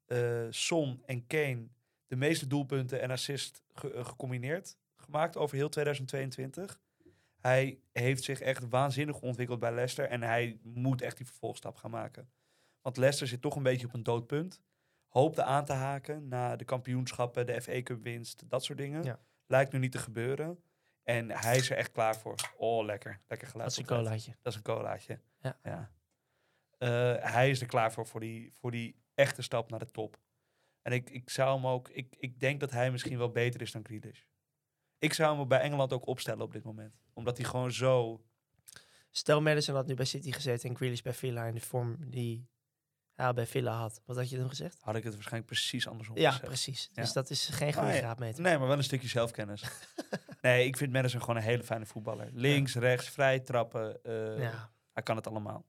eh, Son en Kane de meeste doelpunten en assist ge- eh, gecombineerd gemaakt over heel 2022. Hij heeft zich echt waanzinnig ontwikkeld bij Leicester en hij moet echt die vervolgstap gaan maken. Want Leicester zit toch een beetje op een doodpunt. Hoopte aan te haken na de kampioenschappen, de FA Cup winst, dat soort dingen.
Ja.
Lijkt nu niet te gebeuren. En hij is er echt klaar voor. Oh, lekker. Lekker geluid.
Dat is een
op tijd.
colaatje.
Dat is een colaatje.
Ja.
Eh, hij is er klaar voor, voor die, voor die echte stap naar de top. En ik, ik zou hem ook, ik, ik denk dat hij misschien wel beter is dan Grealish. Ik zou hem bij Engeland ook opstellen op dit moment. Omdat hij gewoon zo,
Stel, Madison had nu bij City gezeten en Grealish bij Villa in de vorm die hij bij Villa had. Wat had je dan gezegd?
had ik het waarschijnlijk precies andersom
Ja,
gezegd.
precies.
Ja.
Dus dat is geen
Ah,
goede
ja.
graadmeter.
Nee, maar wel een stukje zelfkennis. nee, ik vind Madison gewoon een hele fijne voetballer. Links, rechts, vrij trappen. eh,
Ja.
Hij kan het allemaal.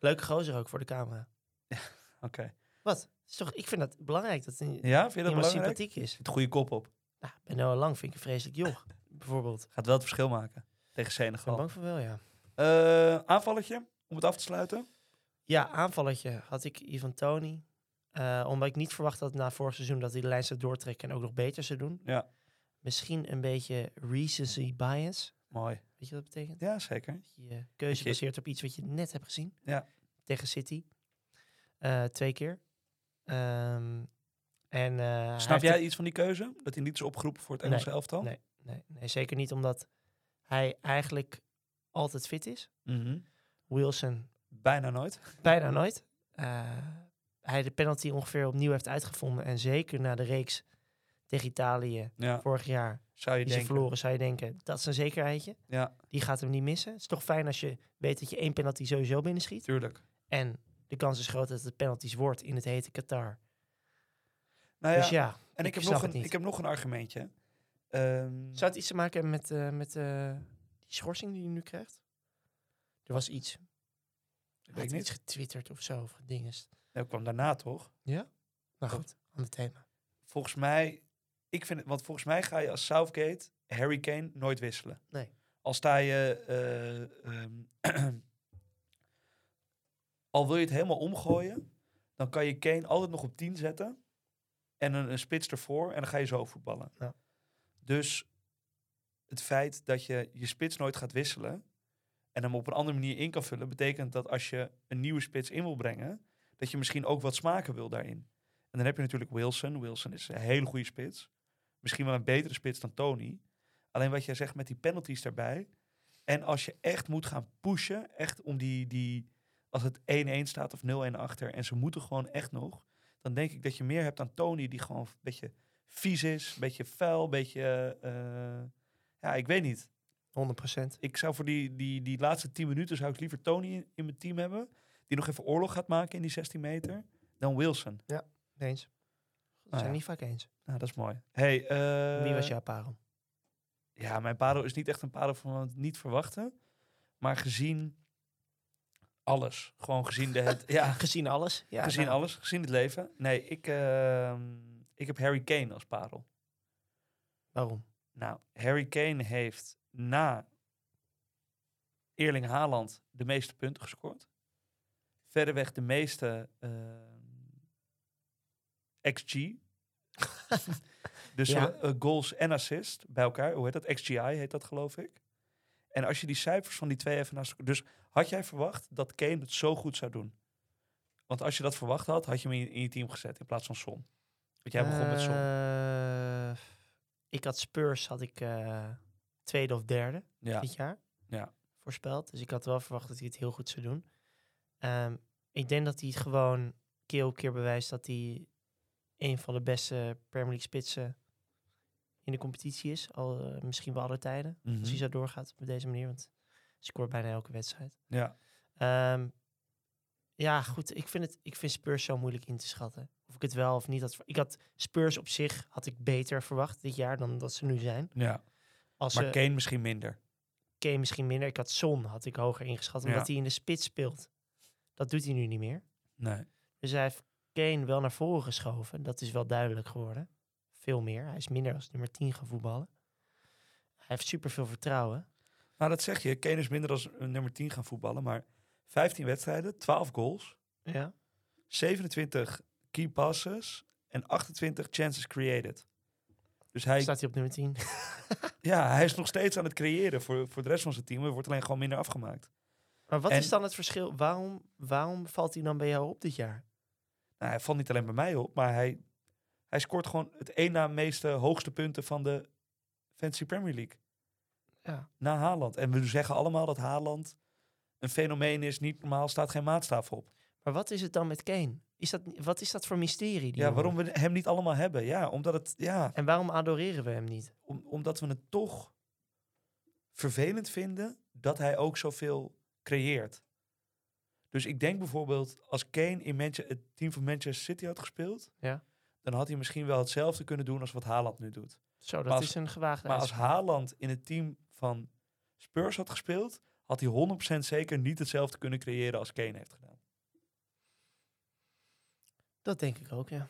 Leuke gozer ook voor de camera.
Oké.
Wat? Is toch, ik vind dat belangrijk dat een-
Ja, vind je dat
iemand
belangrijk?
sympathiek is.
Zit een goede kop op.
Nou, ben Noah Lang vind ik een vreselijk joch. bijvoorbeeld.
Gaat wel het verschil maken tegen
Ik ben
Senegal.
bang voor wel, ja.
Eh, aanvalletje, om het af te sluiten.
Ja, aanvalletje had ik Ivan Tony. Eh, omdat ik niet verwacht had na vorig seizoen dat hij de lijn zou doortrekken en ook nog beter zou doen.
Ja.
Misschien een beetje recency bias.
Mooi.
Weet je wat dat betekent?
Ja, zeker.
Dat je eh, keuze
je-
baseert op iets wat je net hebt gezien.
Ja.
Tegen City. Eh, twee keer. Ehm, en, eh, hij
Snap
heeft
jij iets van die keuze? Dat hij niet is opgeroepen voor het Engelse elftal?
Nee, nee, nee, zeker niet omdat hij eigenlijk altijd fit is.
Mhm.
Wilson
Bijna nooit.
Bijna nooit. Eh, hij de penalty ongeveer opnieuw heeft uitgevonden. En zeker na de reeks tegen Italië
Ja,
vorig jaar.
zou je
Die ze
denken.
verloren, zou je denken, dat is een zekerheidje.
Ja,
Die gaat hem niet missen. Het is toch fijn als je weet dat je één penalty sowieso binnenschiet.
tuurlijk.
En de kans is groot dat het penalties wordt in het hete Qatar.
Nou ja,
dus ja,
en ik,
ik
heb
snap
nog
het
een,
niet.
ik heb nog een argumentje. Ehm,
zou het iets te maken hebben met, eh, met eh, die schorsing die hij nu krijgt? Er was iets. Hij
ik
had
weet niet.
iets getwitterd of zo, of gedingest.
Dat kwam daarna toch?
Maar goed, ander thema.
Volgens mij, ik vind het, want volgens mij ga je als Southgate Harry Kane nooit wisselen.
Nee.
Al sta je, eh, ehm, al wil je het helemaal omgooien, dan kan je Kane altijd nog op 10 zetten en een, een spits ervoor en dan ga je zo voetballen.
Ja.
Dus het feit dat je je spits nooit gaat wisselen en hem op een andere manier in kan vullen, betekent dat als je een nieuwe spits in wil brengen, dat je misschien ook wat smaken wil daarin. En dan heb je natuurlijk Wilson. Wilson is een hele goede spits. Misschien wel een betere spits dan Tony. Alleen wat jij zegt met die penalties daarbij. En als je echt moet gaan pushen, echt om die, die als het 1-1 staat of 0-1 achter en ze moeten gewoon echt nog, dan denk ik dat je meer hebt aan Tony die gewoon een beetje vies is, een beetje vuil, een beetje, eh, ja, ik weet niet.
100%.
Ik zou voor die, die, die laatste 10 minuten zou ik liever Tony in, in mijn team hebben. Die nog even oorlog gaat maken in die 16 meter. Dan Wilson.
Eens. We
ja.
zijn niet vaak eens.
Nou, dat is mooi. Hey, eh,
Wie was jouw parel?
Ja, mijn parel is niet echt een parel van het niet verwachten. Maar gezien alles. Gewoon gezien de... Het, ja,
Gezien alles? Ja,
gezien
nou,
alles. Gezien het leven. Nee, ik, ehm, ik heb Harry Kane als parel.
Waarom?
Nou, Harry Kane heeft na Eerling Haaland de meeste punten gescoord. Verderweg de meeste ehm, eh, XG. dus
Ja.
zowel, eh, goals en assist bij elkaar. Hoe heet dat? XGI heet dat, geloof ik. En als je die cijfers van die twee even naast elkaar... Dus had jij verwacht dat Kane het zo goed zou doen? Want als je dat verwacht had, had je hem in, in je team gezet in plaats van Son. Want jij begon met Son.
Eh, ik had Spurs, had ik eh, tweede of derde
Ja.
dit jaar
Ja.
voorspeld. Dus ik had wel verwacht dat hij het heel goed zou doen. Ehm, ik denk dat hij het gewoon keer op keer bewijst dat hij een van de beste Premier League spitsen in de competitie is. Al, eh, misschien wel alle tijden. Als
Mhm.
hij zo doorgaat op deze manier. Want hij scoort bijna elke wedstrijd.
ja.
Ehm, ja, goed. Ik vind, het, ik vind Spurs zo moeilijk in te schatten. Of ik het wel of niet had. ver- Ik had Spurs op zich had ik beter verwacht dit jaar dan dat ze nu zijn.
Ja.
Als
Maar
ze
Kane misschien minder.
Kane misschien minder. Ik had Son had ik hoger ingeschat omdat
Ja.
hij in de spits speelt. Dat doet hij nu niet meer.
Nee.
Dus hij heeft Kane wel naar voren geschoven. Dat is wel duidelijk geworden. Veel meer. Hij is minder als nummer 10 gaan voetballen. Hij heeft superveel vertrouwen.
Nou, dat zeg je. Kane is minder als een nummer 10 gaan voetballen. Maar 15 wedstrijden, 12 goals,
Ja.
27 key passes en 28 chances created. Dus hij,
Staat hij op nummer 10?
ja, hij is nog steeds aan het creëren voor, voor de rest van zijn team. Er wordt alleen gewoon minder afgemaakt.
Maar wat
En-
is dan het verschil? Waarom, waarom valt hij dan bij jou op dit jaar?
Nou, hij valt niet alleen bij mij op, maar hij, hij scoort gewoon het één na meeste hoogste punten van de Fantasy Premier League.
Ja.
Na Haaland. En we zeggen allemaal dat Haaland een fenomeen is, niet normaal, staat geen maatstaf op.
Maar wat is het dan met Kane? Is dat, wat is dat voor mysterie? die
Ja,
jongen?
waarom we hem niet allemaal hebben. Ja, omdat het, ja,
En waarom adoreren we hem niet?
om, omdat we het toch vervelend vinden dat hij ook zoveel creëert. Dus ik denk bijvoorbeeld, als Kane in Manche- het team van Manchester City had gespeeld,
Ja.
dan had hij misschien wel hetzelfde kunnen doen als wat Haaland nu doet.
Zo, dat
Maar als-
is een gewaagde
Maar als
uitspraak.
Haaland in het team van Spurs had gespeeld, had hij 100% zeker niet hetzelfde kunnen creëren als Kane heeft gedaan.
Dat denk ik ook, ja.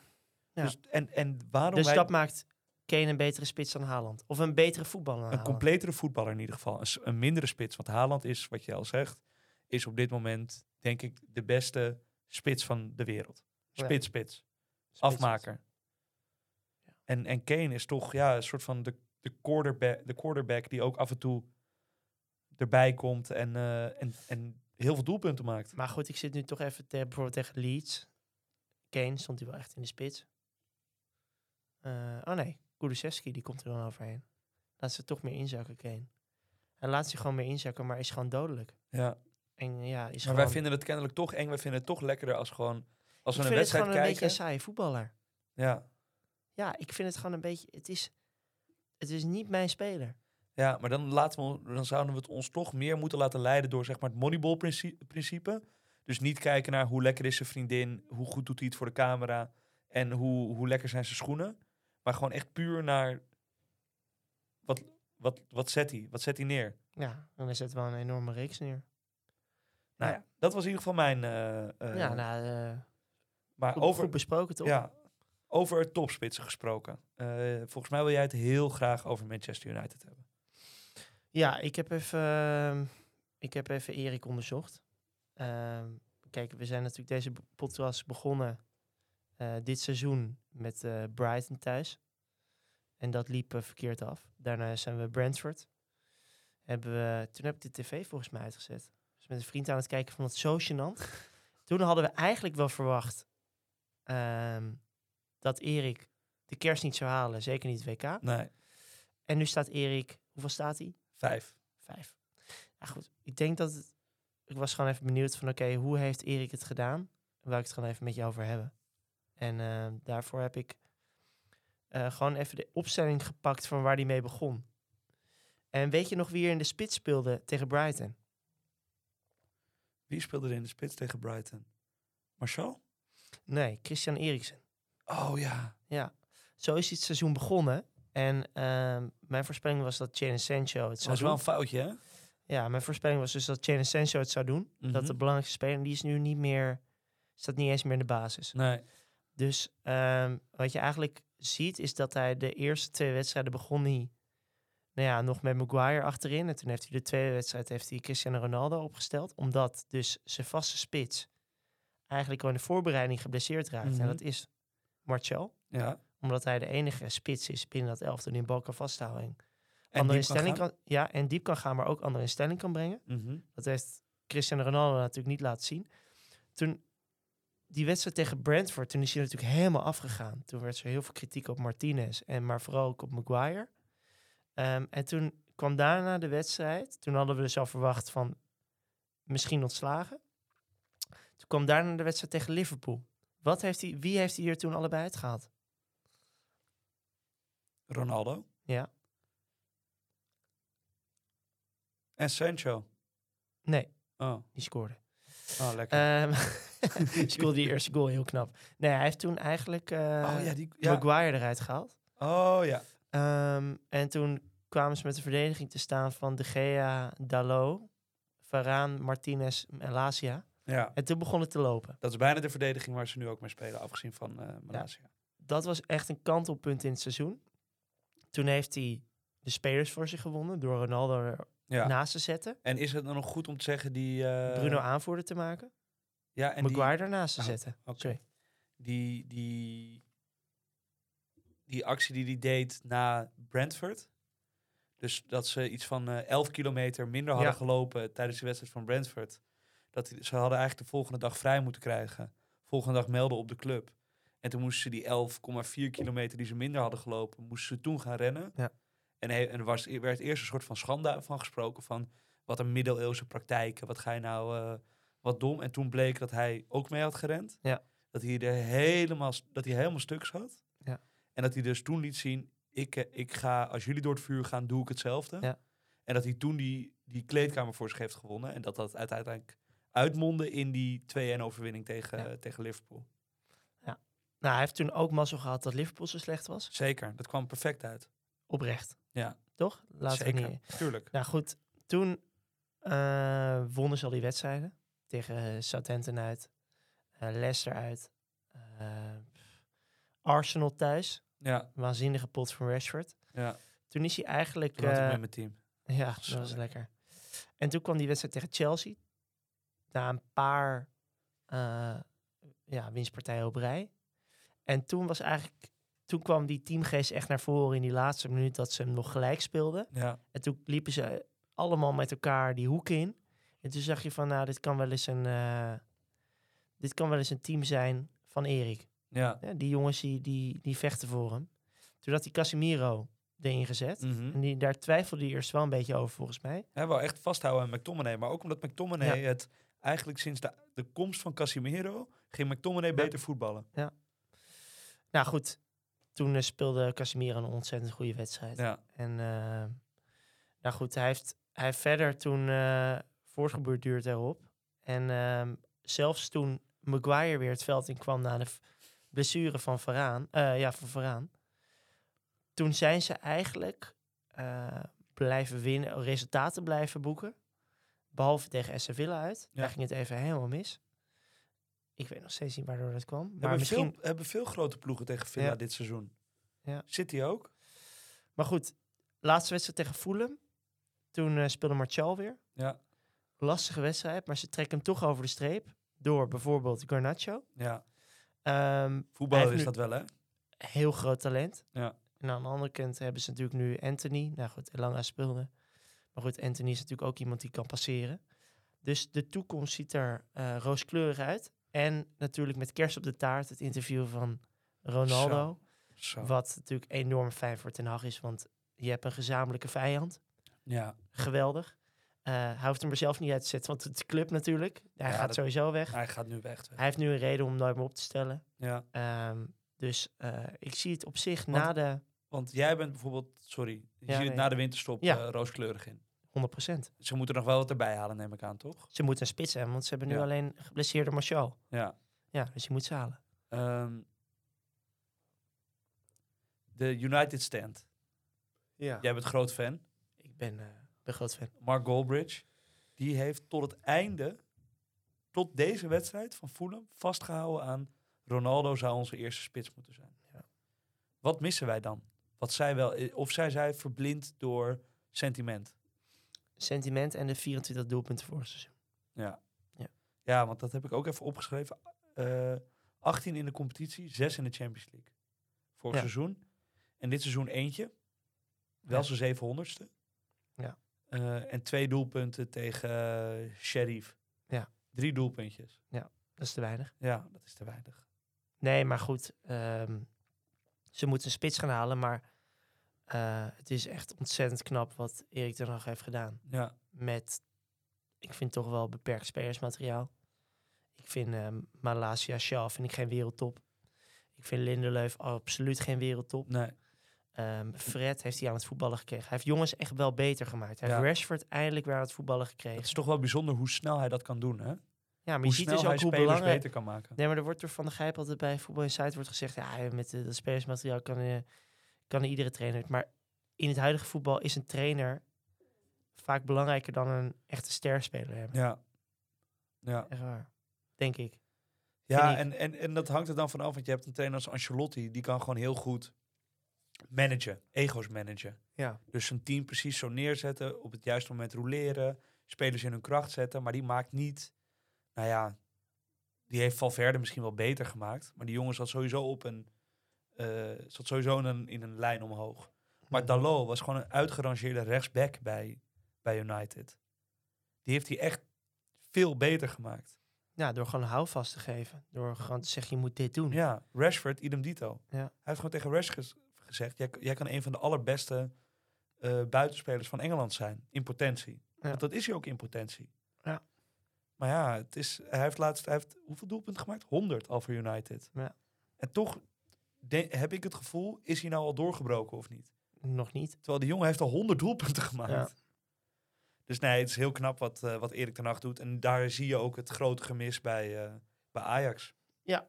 Ja.
Dus, en, en waarom
Dus
wij
dat maakt Kane een betere spits dan Haaland. Of een betere voetballer dan
Een
Haaland.
completere voetballer in ieder geval. Een, s- een mindere spits. Want Haaland is, wat je al zegt, is op dit moment denk ik de beste spits van de wereld.
Oh Ja.
Spits, spits.
Spits.
Afmaker.
Ja.
En, en Kane is toch ja, een soort van de, de, quarterback, de quarterback die ook af en toe erbij komt en, eh, en, en heel veel doelpunten maakt.
Maar goed, ik zit nu toch even te, bijvoorbeeld tegen Leeds. Kane stond hij wel echt in de spits. Eh, oh nee, Kulusevski die komt er dan overheen. Laat ze toch meer inzakken, Kane. Hij laat zich gewoon meer inzakken, maar is gewoon dodelijk.
Ja.
En ja, is
Maar
gewoon...
wij vinden het kennelijk toch eng. Wij vinden het toch lekkerder als gewoon als we
ik
een
vind het
wedstrijd
gewoon een beetje
kijken.
een saaie voetballer.
Ja.
Ja, ik vind het gewoon een beetje... Het is, het is niet mijn speler.
Ja, maar dan, laten we, dan zouden we het ons toch meer moeten laten leiden door zeg maar, het Moneyball-principe. Dus niet kijken naar hoe lekker is zijn vriendin, hoe goed doet hij het voor de camera en hoe, hoe lekker zijn zijn schoenen. Maar gewoon echt puur naar wat, wat, wat zet hij, wat zet hij neer.
Ja, dan is het wel een enorme reeks neer.
Nou
Ja.
ja, dat was in ieder geval mijn... eh, eh,
ja, nou, eh,
maar
goed,
over,
goed besproken toch?
ja, over topspitsen gesproken. Eh, volgens mij wil jij het heel graag over Manchester United hebben.
Ja, ik heb even, ehm, ik heb even Erik onderzocht. Ehm, kijk, we zijn natuurlijk deze b- podcast begonnen eh, dit seizoen met eh, Brighton thuis. En dat liep eh, verkeerd af. Daarna zijn we Brentford. Hebben we, toen heb ik de tv volgens mij uitgezet. Dus met een vriend aan het kijken vond het zo gênant. toen hadden we eigenlijk wel verwacht ehm, dat Erik de kerst niet zou halen. Zeker niet het WK.
Nee,
En nu staat Erik, hoeveel staat hij?
vijf.
Vijf. Ja, goed. Ik denk dat het... Ik was gewoon even benieuwd van, oké, hoe heeft Erik het gedaan? Daar wil ik het gewoon even met jou over hebben. En eh, daarvoor heb ik eh, gewoon even de opstelling gepakt van waar hij mee begon. En weet je nog wie er in de spits speelde tegen Brighton?
Wie speelde er in de spits tegen Brighton? Marshall?
Nee, Christian Eriksen.
Oh ja.
Ja, zo is het seizoen begonnen. En ehm, mijn voorspelling was dat Jane Sancho het
Dat
zou
was
doen.
wel een foutje, hè?
Ja, mijn voorspelling was dus dat Jane Sancho het zou doen. Dat de
Mhm.
belangrijkste speler, en die is nu niet meer, staat niet eens meer in de basis.
Nee.
Dus ehm, wat je eigenlijk ziet is dat hij de eerste twee wedstrijden begon hij nou ja, nog met Maguire achterin. En toen heeft hij de tweede wedstrijd heeft hij Cristiano Ronaldo opgesteld. Omdat dus zijn vaste spits eigenlijk al in de voorbereiding geblesseerd raakt.
Mhm.
En dat is Marcel.
Ja.
Omdat hij de enige spits is binnen dat elftal die een bal kan vasthouden. En
En
andere
die
in stelling kan, ja, en diep kan gaan, maar ook andere in stelling kan Mhm. brengen.
Mhm.
Dat heeft Cristiano Ronaldo natuurlijk niet laten zien. Toen die wedstrijd tegen Brentford, toen is hij natuurlijk helemaal afgegaan. Toen werd er heel veel kritiek op Martinez, en maar vooral ook op Maguire. Ehm, en toen kwam daarna de wedstrijd. Toen hadden we dus al verwacht van misschien ontslagen. Toen kwam daarna de wedstrijd tegen Liverpool. Wat heeft hij, wie heeft hij hier toen allebei uitgehaald?
Ronaldo.
Ja.
En Sancho.
Nee,
Oh,
die scoorde.
oh lekker.
Ehm scoorde die eerste goal heel knap. Nee, hij heeft toen eigenlijk eh,
oh ja, die... Ja.
Maguire eruit gehaald.
Oh ja.
Ehm, en toen kwamen ze met de verdediging te staan van De Gea, Dalot, Varaan, Martinez en Lazia.
Ja.
En toen begon het te lopen.
Dat is bijna de verdediging waar ze nu ook mee spelen, afgezien van eh Malaysia.
Dat was echt een kantelpunt in het seizoen. Toen heeft hij de spelers voor zich gewonnen door Ronaldo er
Ja.
naast te zetten.
En is het dan nog goed om te zeggen die... eh,
Bruno aanvoerder te maken.
Ja, en die,
Maguire ernaast te
Oh,
zetten.
oké.
Sorry.
die, die, die actie die hij deed na Brentford. Dus dat ze iets van eh 11 kilometer minder hadden
Ja.
gelopen tijdens de wedstrijd van Brentford. Dat die- ze hadden eigenlijk de volgende dag vrij moeten krijgen. Volgende dag melden op de club. En toen moesten ze die 11,4 kilometer die ze minder hadden gelopen, moesten ze toen gaan rennen.
Ja.
En, he- en er was, er werd eerst een soort van schande van gesproken van wat een middeleeuwse praktijken. Wat ga je nou, eh, wat dom. En toen bleek dat hij ook mee had gerend. Dat hij er helemaal, dat hij helemaal stuk zat.
Ja.
En dat hij dus toen liet zien, ik, eh, ik ga, als jullie door het vuur gaan, doe ik hetzelfde.
Ja.
En dat hij toen die, die kleedkamer voor zich heeft gewonnen. En dat dat uite- uiteindelijk uitmondde in die 2-1 overwinning tegen,
Ja.
tegen Liverpool.
Nou, hij heeft toen ook mazzel gehad dat Liverpool zo slecht was.
Zeker, dat kwam perfect uit.
Oprecht.
Ja.
Toch? Laten we
Zeker,
niet...
tuurlijk.
Nou goed, toen eh, wonnen ze al die wedstrijden. Tegen eh, Southampton uit, eh, Leicester uit, eh, Arsenal thuis.
Ja,
Waanzinnige pot van Rashford.
ja.
Toen is hij eigenlijk...
Toen had ik
eh,
met mijn team.
ja,
Zo
dat was
lekker.
lekker. En toen kwam die wedstrijd tegen Chelsea. Na een paar eh, ja, winstpartijen op rij. En toen was eigenlijk... Toen kwam die teamgeest echt naar voren in die laatste minuut dat ze hem nog gelijk speelden.
Ja,
En toen liepen ze allemaal met elkaar die hoek in. En toen zag je van, nou, dit kan wel eens een, eh, dit kan wel eens een team zijn van Erik.
ja.
Ja, die jongens die, die, die vechten voor hem. Toen had hij Casemiro erin gezet.
Mhm.
En die, daar twijfelde hij eerst wel een beetje over, volgens mij.
Hij wou echt vasthouden aan McTominay. Maar ook omdat McTominay het eigenlijk sinds de, de komst van Casimiro... ging McTominay beter voetballen.
Nou goed, toen eh, speelde Casemiro een ontzettend goede wedstrijd.
Ja,
En eh, nou goed, hij heeft, hij heeft verder toen eh voortgeborduurd daarop. En ehm, zelfs toen Maguire weer het veld in kwam na de v- blessure van Varaan, eh, ja, van Varaan, toen zijn ze eigenlijk eh, blijven winnen, resultaten blijven boeken. Behalve tegen Aston Villa uit.
Ja.
Daar ging het even helemaal mis. Ik weet nog steeds niet waardoor dat kwam. Maar
hebben,
misschien
veel, hebben veel grote ploegen tegen Villa
Ja.
dit seizoen.
Ja.
City ook.
Maar goed, laatste wedstrijd tegen Fulham. Toen eh, speelde Martial weer.
Ja.
Lastige wedstrijd, maar ze trekken hem toch over de streep. Door bijvoorbeeld Garnacho.
Ja.
Ehm,
Voetballer
Hij
is
heeft
dat wel, hè?
heel groot talent.
Ja.
En aan de andere kant hebben ze natuurlijk nu Anthony. Nou goed, Elanga speelde. Maar goed, Anthony is natuurlijk ook iemand die kan passeren. Dus de toekomst ziet er eh, rooskleurig uit. En natuurlijk met kerst op de taart het interview van Ronaldo.
Zo. Zo.
Wat natuurlijk enorm fijn voor Ten Hag is, want je hebt een gezamenlijke vijand.
Ja.
geweldig. Eh, hij hoeft hem er zelf niet uit te zetten, want het is de club natuurlijk. Hij
Ja,
gaat
dat-
sowieso weg.
Hij gaat nu weg.
Hij heeft nu een reden om nooit meer op te stellen.
Ja.
Ehm, dus eh, ik zie het op zich
Want-
na de...
Want jij bent bijvoorbeeld, sorry, je ziet het
nee.
na de winterstop
Ja.
eh, rooskleurig in.
100 procent.
Ze moeten er nog wel wat erbij halen, neem ik aan, toch?
Ze moeten een spits hebben, want ze hebben nu
Ja.
alleen geblesseerde Martial.
Ja.
Ja, dus je moet ze halen.
Ehm, de United Stand.
Ja.
Jij bent groot fan.
Ik ben, eh, ben groot fan.
Mark Goldbridge. Die heeft tot het einde, tot deze wedstrijd van Fulham, vastgehouden aan Ronaldo zou onze eerste spits moeten zijn.
Ja.
Wat missen wij dan? Wat zij wel, eh, of zij zij verblind door sentiment.
Sentiment en de 24 doelpunten voor het seizoen.
Ja, want dat heb ik ook even opgeschreven. Eh, 18 in de competitie, 6 in de Champions League. Vorig
Ja.
seizoen. En dit seizoen eentje. Wel
Ja.
zijn 700ste.
Ja.
Eh, en twee doelpunten tegen eh, Sheriff.
Ja.
Drie doelpuntjes.
Dat is te weinig.
Ja, dat is te weinig.
Nee, maar goed. ehm, ze moeten een spits gaan halen, maar eh, het is echt ontzettend knap wat Erik ten Hag heeft gedaan.
Ja,
Met, ik vind toch wel beperkt spelersmateriaal. Ik vind ehm Malasia Shaw vind ik geen wereldtop. Ik vind Lindelöf absoluut geen wereldtop.
nee.
Ehm, Fred heeft hij aan het voetballen gekregen. Hij heeft jongens echt wel beter gemaakt. Hij
Ja.
heeft Rashford eindelijk weer aan het voetballen
Het
gekregen.
is toch wel bijzonder hoe snel hij dat kan doen, hè?
Ja, maar
hoe
je ziet
snel
dus
hij
ook hoe
spelers
belangrijk...
beter kan maken.
Nee, maar er wordt door Van de Gijp altijd bij Voetbal Insight wordt gezegd... ja, met eh, dat spelersmateriaal kan, eh, kan iedere trainer het. Maar in het huidige voetbal is een trainer vaak belangrijker dan een echte sterspeler hebben.
Ja. Ja.
Echt waar. Denk ik.
Ja,
Vind
en, en, en dat hangt er dan vanaf. Want je hebt een trainer als Ancelotti, die kan gewoon heel goed managen, ego's managen.
Ja.
Dus zijn team precies zo neerzetten, op het juiste moment roleren, spelers in hun kracht zetten. Maar die maakt niet, nou ja, die heeft Valverde misschien wel beter gemaakt. Maar die jongen zat sowieso op een, eh, zat sowieso in een, in een lijn omhoog.
Mhm.
Maar Dalot was gewoon een uitgerangeerde rechtsback bij, bij United. Die heeft hij echt veel beter gemaakt.
Ja, door gewoon houvast te geven. Door gewoon te zeggen, je moet dit doen.
Ja, Rashford, idem dito.
Ja.
Hij heeft gewoon tegen Rashford gez- gezegd... Jij, jij kan een van de allerbeste eh, buitenspelers van Engeland zijn. In potentie.
Ja.
Want dat is hij ook in potentie.
Ja.
Maar ja, het is, hij heeft laatst... Hij heeft hoeveel doelpunten gemaakt? 100 al voor United.
Ja.
En toch de- heb ik het gevoel... Is hij nou al doorgebroken of niet?
Nog niet.
Terwijl de jongen heeft al 100 doelpunten
Ja.
gemaakt. Dus nee, het is heel knap wat, eh, wat Erik ten Hag doet. En daar zie je ook het grote gemis bij, eh, bij Ajax.
Maar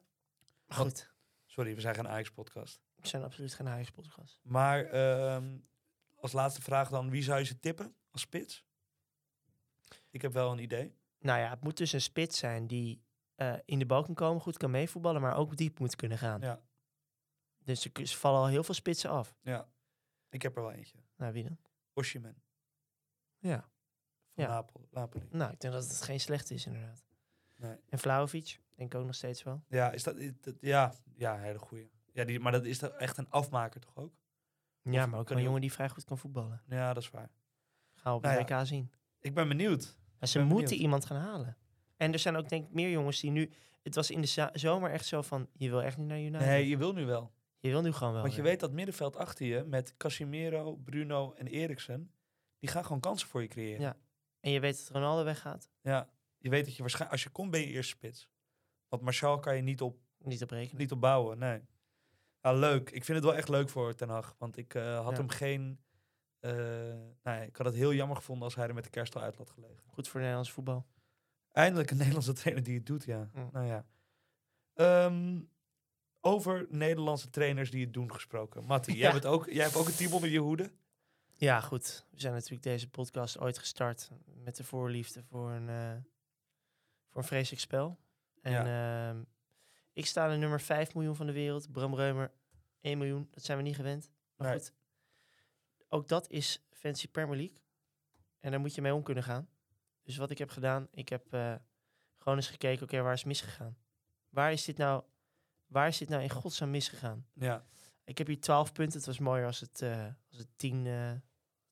goed,
Sorry, we zijn geen Ajax-podcast.
we zijn absoluut geen eigen podcast.
Maar ehm, als laatste vraag dan, wie zou je ze tippen als spits? Ik heb wel een idee.
Nou ja, het moet dus een spits zijn die eh, in de bal kan komen, goed kan meevoetballen, maar ook diep moet kunnen gaan.
Ja.
Dus er k- ze vallen al heel veel spitsen af.
Ik heb er wel eentje.
Nou, wie dan?
Osimhen
Ja.
van
Ja.
Napel- Napoli.
Nou, ik denk dat het geen slechte is, inderdaad.
Nee.
En Vlaovic, denk ik ook nog steeds wel.
Ja, is dat, i- dat- ja, ja, hele goeie. Ja, die, maar dat is toch echt een afmaker toch ook?
Ja, maar ook
kan
een
je-
jongen die vrij goed kan voetballen.
Ja, dat is waar.
Gaan we op
Nou
de WK zien.
Ik ben benieuwd.
Maar ze
ben
moeten
benieuwd.
iemand gaan halen. En er zijn ook denk ik meer jongens die nu... Het was in de za- zomer echt zo van, je wil echt niet naar United.
Nee, je wil nu wel.
Je wil nu gewoon wel.
Want je
weer.
weet dat middenveld achter je met Casimiro, Bruno en Eriksen, die gaan gewoon kansen voor je creëren.
Ja. En je weet dat Ronaldo weggaat.
Ja, Je weet dat je waarschijnlijk, als je komt ben je eerst spits. Want Martial kan je niet op
Niet op rekenen.
niet op bouwen, nee. Ja, leuk. Ik vind het wel echt leuk voor Ten Hag. Want ik eh, had
Ja.
hem geen... eh, nou ja, ik had het heel jammer gevonden als hij er met de kerst al uit had gelegen.
Goed voor Nederlands voetbal.
Eindelijk een Nederlandse trainer die het doet, ja.
Mm.
Nou ja. Ehm, over Nederlandse trainers die het doen gesproken. Matti, jij,
Ja.
bent ook, jij hebt ook een team onder je hoede.
Ja, goed. We zijn natuurlijk deze podcast ooit gestart met de voorliefde voor een, eh, voor een vreselijk spel. En ehm, ik sta aan de nummer 5 miljoen van de wereld. Bram Reumer 1 miljoen. Dat zijn we niet gewend. Maar
Nee.
goed, ook dat is Fancy Premier League. En daar moet je mee om kunnen gaan. Dus wat ik heb gedaan, ik heb eh, gewoon eens gekeken, oké, waar is het misgegaan? Waar is dit nou, waar is dit nou in godsnaam misgegaan?
Ja,
Ik heb hier 12 punten. Het was mooier als het, eh, als het 10, eh,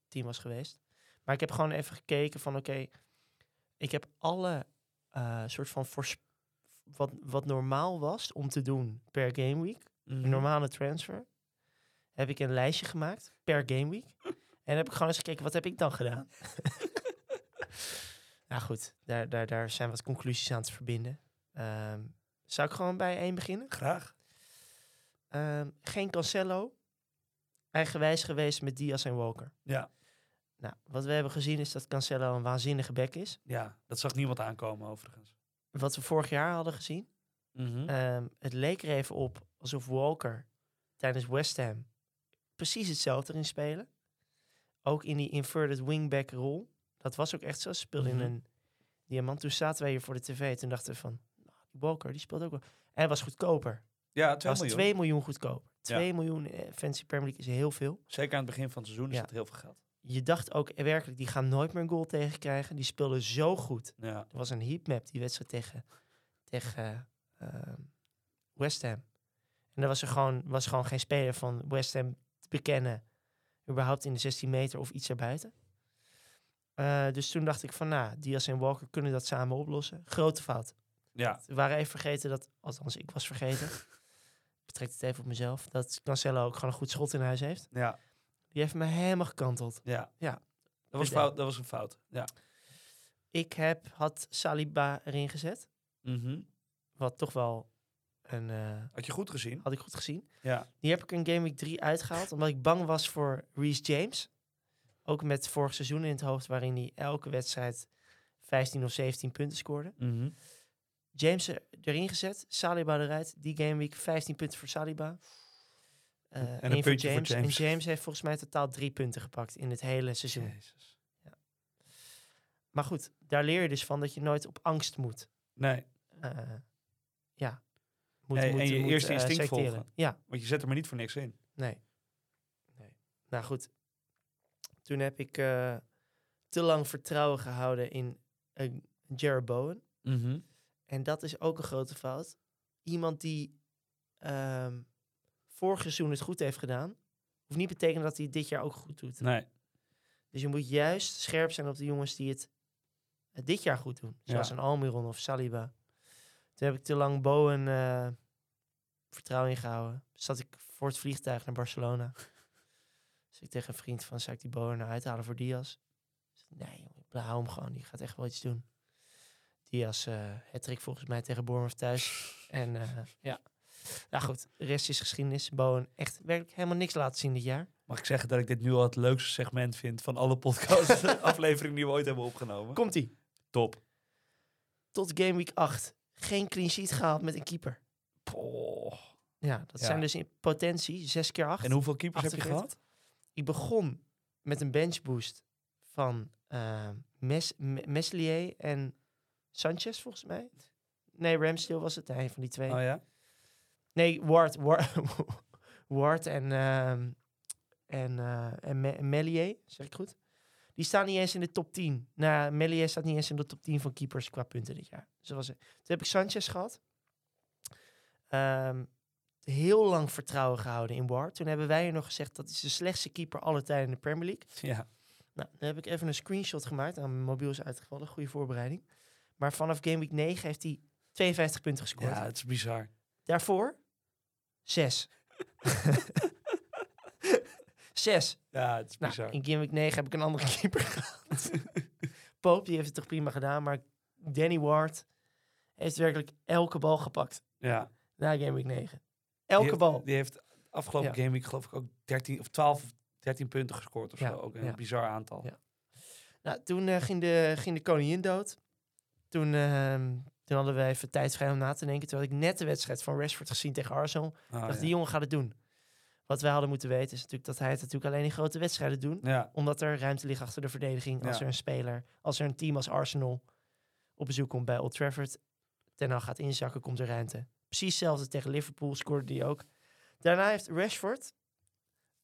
10 was geweest. Maar ik heb gewoon even gekeken van oké, ik heb alle eh, soort van voors- wat, wat normaal was om te doen per game week,
Mm. Mhm.
een normale transfer, heb ik een lijstje gemaakt per game week. En heb ik gewoon eens gekeken, wat heb ik dan gedaan? nou goed, daar, daar, daar zijn wat conclusies aan te verbinden. Ehm, zou ik gewoon bij één beginnen?
graag.
Ehm, geen Cancelo. eigenwijs geweest met Diaz en Walker.
Ja.
Nou, wat we hebben gezien is dat Cancelo een waanzinnige back is.
Ja, dat zag niemand aankomen overigens.
Wat we vorig jaar hadden gezien.
Mhm.
Ehm, het leek er even op alsof Walker tijdens West Ham precies hetzelfde erin spelen. Ook in die inverted wingback rol. Dat was ook echt zo. Ze speelden
Mhm.
in een diamant. Toen zaten wij hier voor de tv. Toen dachten we van, nou, die Walker die speelt ook wel. En hij was goedkoper.
ja, 2
Hij was
miljoen.
2 miljoen goedkoper.
Ja.
2 miljoen eh, fancy Premier League is heel veel.
Zeker aan het begin van het seizoen is
Ja.
dat heel veel geld.
Je dacht ook eh, werkelijk, die gaan nooit meer een goal tegenkrijgen. Die speelden zo goed.
Ja.
Er was een heatmap die wedstrijd tegen, tegen ehm, West Ham. En er was er gewoon, was gewoon geen speler van West Ham te bekennen. Überhaupt in de 16 meter of iets erbuiten. Eh, dus toen dacht ik van, nou, Diaz en Walker kunnen dat samen oplossen. Grote fout.
ja.
We waren even vergeten dat, althans ik was vergeten. Ik Betrek het even op mezelf. Dat Cancelo ook gewoon een goed schot in huis heeft.
Ja.
Die heeft me helemaal gekanteld.
Ja.
Ja.
Dat was,
Ja.
fout, dat was een fout. Ja.
Ik heb, had Saliba erin gezet.
Mhm.
Wat toch wel een... eh,
Had je goed gezien?
had ik goed gezien.
Ja.
Die heb ik in Game Week 3 uitgehaald, omdat ik bang was voor Reece James. Ook met vorig seizoen in het hoofd, waarin hij elke wedstrijd 15 of 17 punten scoorde.
Mhm.
James er- erin gezet, Saliba eruit. Die Game Week 15 punten voor Saliba. Eh, één
puntje voor James.
En James heeft volgens mij totaal drie punten gepakt in het hele seizoen.
Jezus.
Maar goed, daar leer je dus van dat je nooit op angst moet.
Nee,
eh, ja. Moet,
Nee, en je eerste
eh,
instinct
selecteren.
volgen.
Ja.
want je zet er maar niet voor niks in.
Nee. nee. Nou goed, toen heb ik eh, te lang vertrouwen gehouden in eh, Jared Bowen.
Mhm.
En dat is ook een grote fout. Iemand die ehm, vorig seizoen het goed heeft gedaan, hoeft niet betekenen dat hij het dit jaar ook goed doet.
Nee.
Dus je moet juist scherp zijn op de jongens die het, het dit jaar goed doen. Zoals
Ja.
een Almiron of Saliba. Toen heb ik te lang Bowen eh, vertrouwen ingehouden. Zat ik voor het vliegtuig naar Barcelona. Dus ik tegen een vriend van, zou ik die Bowen nou uithalen voor Diaz? Ik zeg, nee, jongen, ik hou hem gewoon. Die gaat echt wel iets doen. Diaz, het trick volgens mij tegen Bournemouth thuis. En eh, ja, nou goed, de rest is geschiedenis. Bowen echt werkelijk helemaal niks laten zien dit jaar.
Mag ik zeggen dat ik dit nu al het leukste segment vind van alle podcast-afleveringen die we ooit hebben opgenomen?
Komt-ie.
Top.
tot Game Week 8 geen clean sheet gehaald met een keeper.
Poh.
Ja, dat
Ja.
zijn dus in potentie 6 keer 8.
En hoeveel keepers heb je
48?
gehad?
Ik begon met een bench boost van eh, Mes Me- Meslier en Sanchez, volgens mij. Nee, Ramsdale was het, een van die twee.
Oh ja?
Nee, Ward, Ward, Ward en, ehm en, eh, en Me- en Meslier, zeg ik goed. Die staan niet eens in de top 10. Nou, Meslier staat niet eens in de top 10 van keepers qua punten dit jaar. Dus dat was, het. toen heb ik Sanchez gehad. Ehm, heel lang vertrouwen gehouden in Ward. Toen hebben wij er nog gezegd dat is de slechtste keeper alle tijden in de Premier League.
Ja.
Nou, dan heb ik even een screenshot gemaakt. Nou, mijn mobiel is uitgevallen. Goede voorbereiding. Maar vanaf Game Week 9 heeft hij 52 punten gescoord.
Ja, het is bizar.
Daarvoor zes. zes.
Ja, het is
Nou,
bizar.
in Game Week 9 heb ik een andere keeper gehad. Pope, die heeft het toch prima gedaan. Maar Danny Ward heeft werkelijk elke bal gepakt
ja.
na Game Week 9.
Die
Elke
heeft-
bal.
Die heeft afgelopen
Ja.
gameweek geloof ik ook 13 of 12 of 13 punten gescoord of
Ja,
zo. Ook een
ja.
bizar aantal.
Ja. Nou, toen eh, ging, de, ging de koningin dood. Toen, ehm, toen hadden we even tijd vrij om na te denken. Toen had ik net de wedstrijd van Rashford gezien tegen Arsenal. Ik
Oh,
dacht,
ja.
die jongen gaat het doen. Wat wij hadden moeten weten is natuurlijk dat hij het natuurlijk alleen in grote wedstrijden doet.
ja.
Omdat er ruimte ligt achter de verdediging. Als
Ja.
er een speler, als er een team als Arsenal op bezoek komt bij Old Trafford. Ten Hag gaat inzakken, komt er ruimte. Precies hetzelfde tegen Liverpool, scoorde die ook. Daarna heeft Rashford...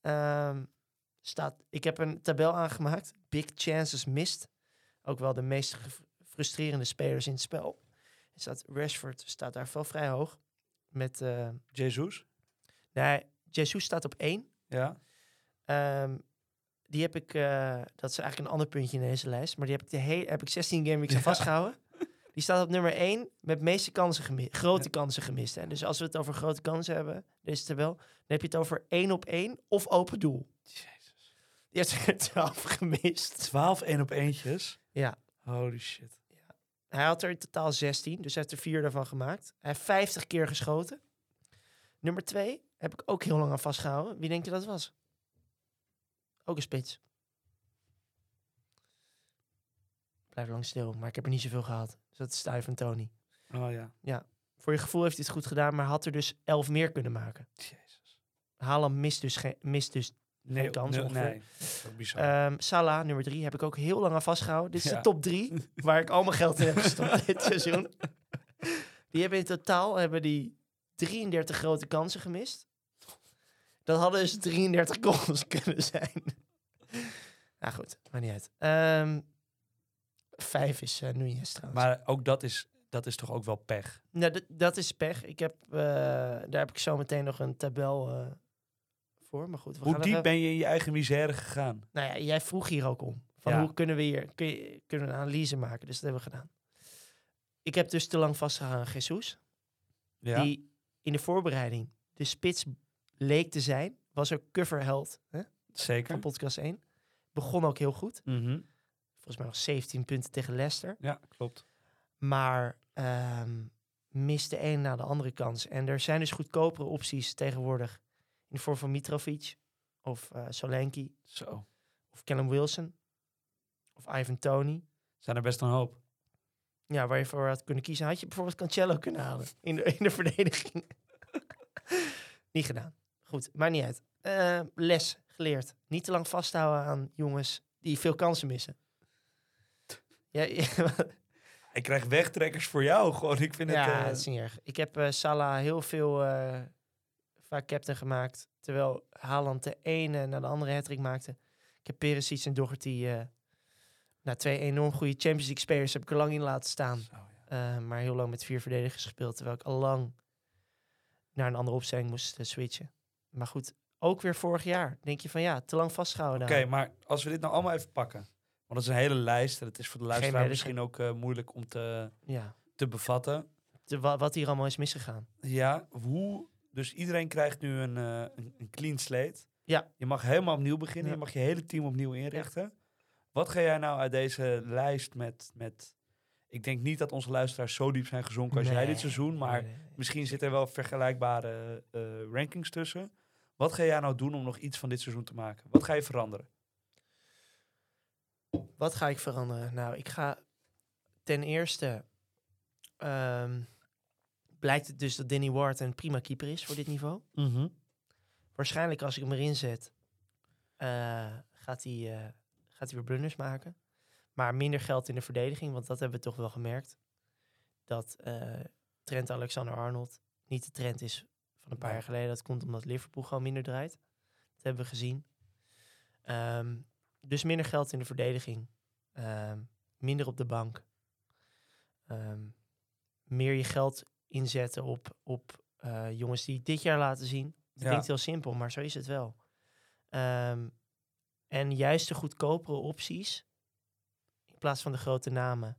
ehm, staat, ik heb een tabel aangemaakt. Big chances missed. Ook wel de meest gef- frustrerende spelers in het spel. Er Staat, Rashford staat daar wel vrij hoog. Met, eh,
Jesus?
nee, Jesus staat op één.
Ja.
Ehm, die heb ik, eh, dat is eigenlijk een ander puntje in deze lijst, maar die heb ik, de hele, heb ik 16 game weeks aan
Ja.
vastgehouden. Die staat op nummer 1 met meeste kansen gemist, grote kansen gemist. Hè. Dus als we het over grote kansen hebben, deze tabel, dan heb je het over 1 op 1 of open doel.
Jezus.
Die heeft er 12 gemist.
12 één op eentjes?
Ja.
Holy shit.
Hij had er in totaal 16, dus hij heeft er vier daarvan gemaakt. Hij heeft 50 keer geschoten. Nummer 2 heb ik ook heel lang aan vastgehouden. Wie denk je dat was? Ook een spits. Blijf lang stil, maar ik heb er niet zoveel gehad. Dus dat is stuif en Tony.
Oh ja.
Voor je gevoel heeft hij het goed gedaan, maar had er dus elf meer kunnen maken.
Jezus.
Haaland mist dus, geen- mist dus
Nee,
kans
nee,
ongeveer.
nee. Dat is ook bizar.
Ehm Salah, nummer drie, heb ik ook heel lang aan vastgehouden. Dit is
Ja.
de top drie waar ik al mijn geld in heb gestopt dit seizoen. Die hebben in totaal hebben die 33 grote kansen gemist. Dat hadden dus 33 goals kunnen zijn. Nou goed, maar niet uit. Ehm, vijf is eh Nunez trouwens.
maar ook dat is, dat is toch ook wel pech.
Nou, dat- dat is pech. Ik heb, eh, daar heb ik zo meteen nog een tabel eh, voor. Maar goed, we
Hoe
gaan
diep
nog even-
ben je in je eigen misère gegaan?
Nou ja, jij vroeg hier ook om. Van
Ja.
hoe kunnen we hier kun je- kunnen we een analyse maken? Dus dat hebben we gedaan. Ik heb dus te lang vastgehangen aan Jesus.
Ja.
Die in de voorbereiding de spits leek te zijn. Was ook coverheld hè,
Zeker.
van podcast 1. Begon ook heel goed.
Mhm.
Volgens mij nog 17 punten tegen Leicester.
Ja, klopt.
Maar ehm mist de een na de andere kans. En er zijn dus goedkopere opties tegenwoordig. In de vorm van Mitrovic of eh Solanke
Zo.
of Callum Wilson of Ivan Tony.
Zijn er best een hoop.
Ja, waar je voor had kunnen kiezen. Had je bijvoorbeeld Cancelo kunnen halen in de, in de verdediging. niet gedaan. Goed, maar niet uit. Eh, les geleerd. Niet te lang vasthouden aan jongens die veel kansen missen. Ja, ja,
Ik krijg wegtrekkers voor jou gewoon. Ik vind
ja,
het... eh,
dat is niet erg. Ik heb eh, Salah heel veel eh, vaak captain gemaakt. Terwijl Haaland de ene naar de andere hattrick maakte. Ik heb Perisic en Doherty... eh na twee enorm goede Champions League spelers heb ik er lang in laten staan.
zo, ja.
Eh, maar heel lang met vier verdedigers gespeeld. Terwijl ik al lang naar een andere opstelling moest eh, switchen. Maar goed, ook weer vorig jaar. Denk je van ja, te lang vastgehouden.
Oké, maar als we dit nou allemaal even pakken. Want dat is een hele lijst. En het is voor de luisteraar
idee.
misschien ook eh, moeilijk om te,
Ja,
te bevatten.
de, wa- wat hier allemaal is misgegaan.
Ja, hoe... Dus iedereen krijgt nu een, eh, een, een clean slate.
Ja.
Je mag helemaal opnieuw beginnen.
Ja.
Je mag je hele team opnieuw inrichten. Wat ga jij nou uit deze lijst met, met... Ik denk niet dat onze luisteraars zo diep zijn gezonken als jij
Nee,
dit seizoen. Maar
nee, nee.
misschien zitten er wel vergelijkbare eh, rankings tussen. Wat ga jij nou doen om nog iets van dit seizoen te maken? Wat ga je veranderen?
Wat ga ik veranderen? Nou, ik ga ten eerste. ehm, blijkt het dus dat Danny Ward een prima keeper is voor dit niveau. Waarschijnlijk als ik hem erin zet, eh, gaat, hij, eh, gaat hij weer blunders maken. Maar minder geld in de verdediging, want dat hebben we toch wel gemerkt. Dat eh, Trent Alexander-Arnold niet de trend is van een paar
Nee.
jaar geleden. Dat komt omdat Liverpool gewoon minder draait. Dat hebben we gezien. Ehm, dus minder geld in de verdediging. Ehm, minder op de bank. Ehm, meer je geld inzetten op, op eh, jongens die het dit jaar laten zien. Het
Ja.
klinkt heel simpel, maar zo is het wel. Ehm, en juist de goedkopere opties in plaats van de grote namen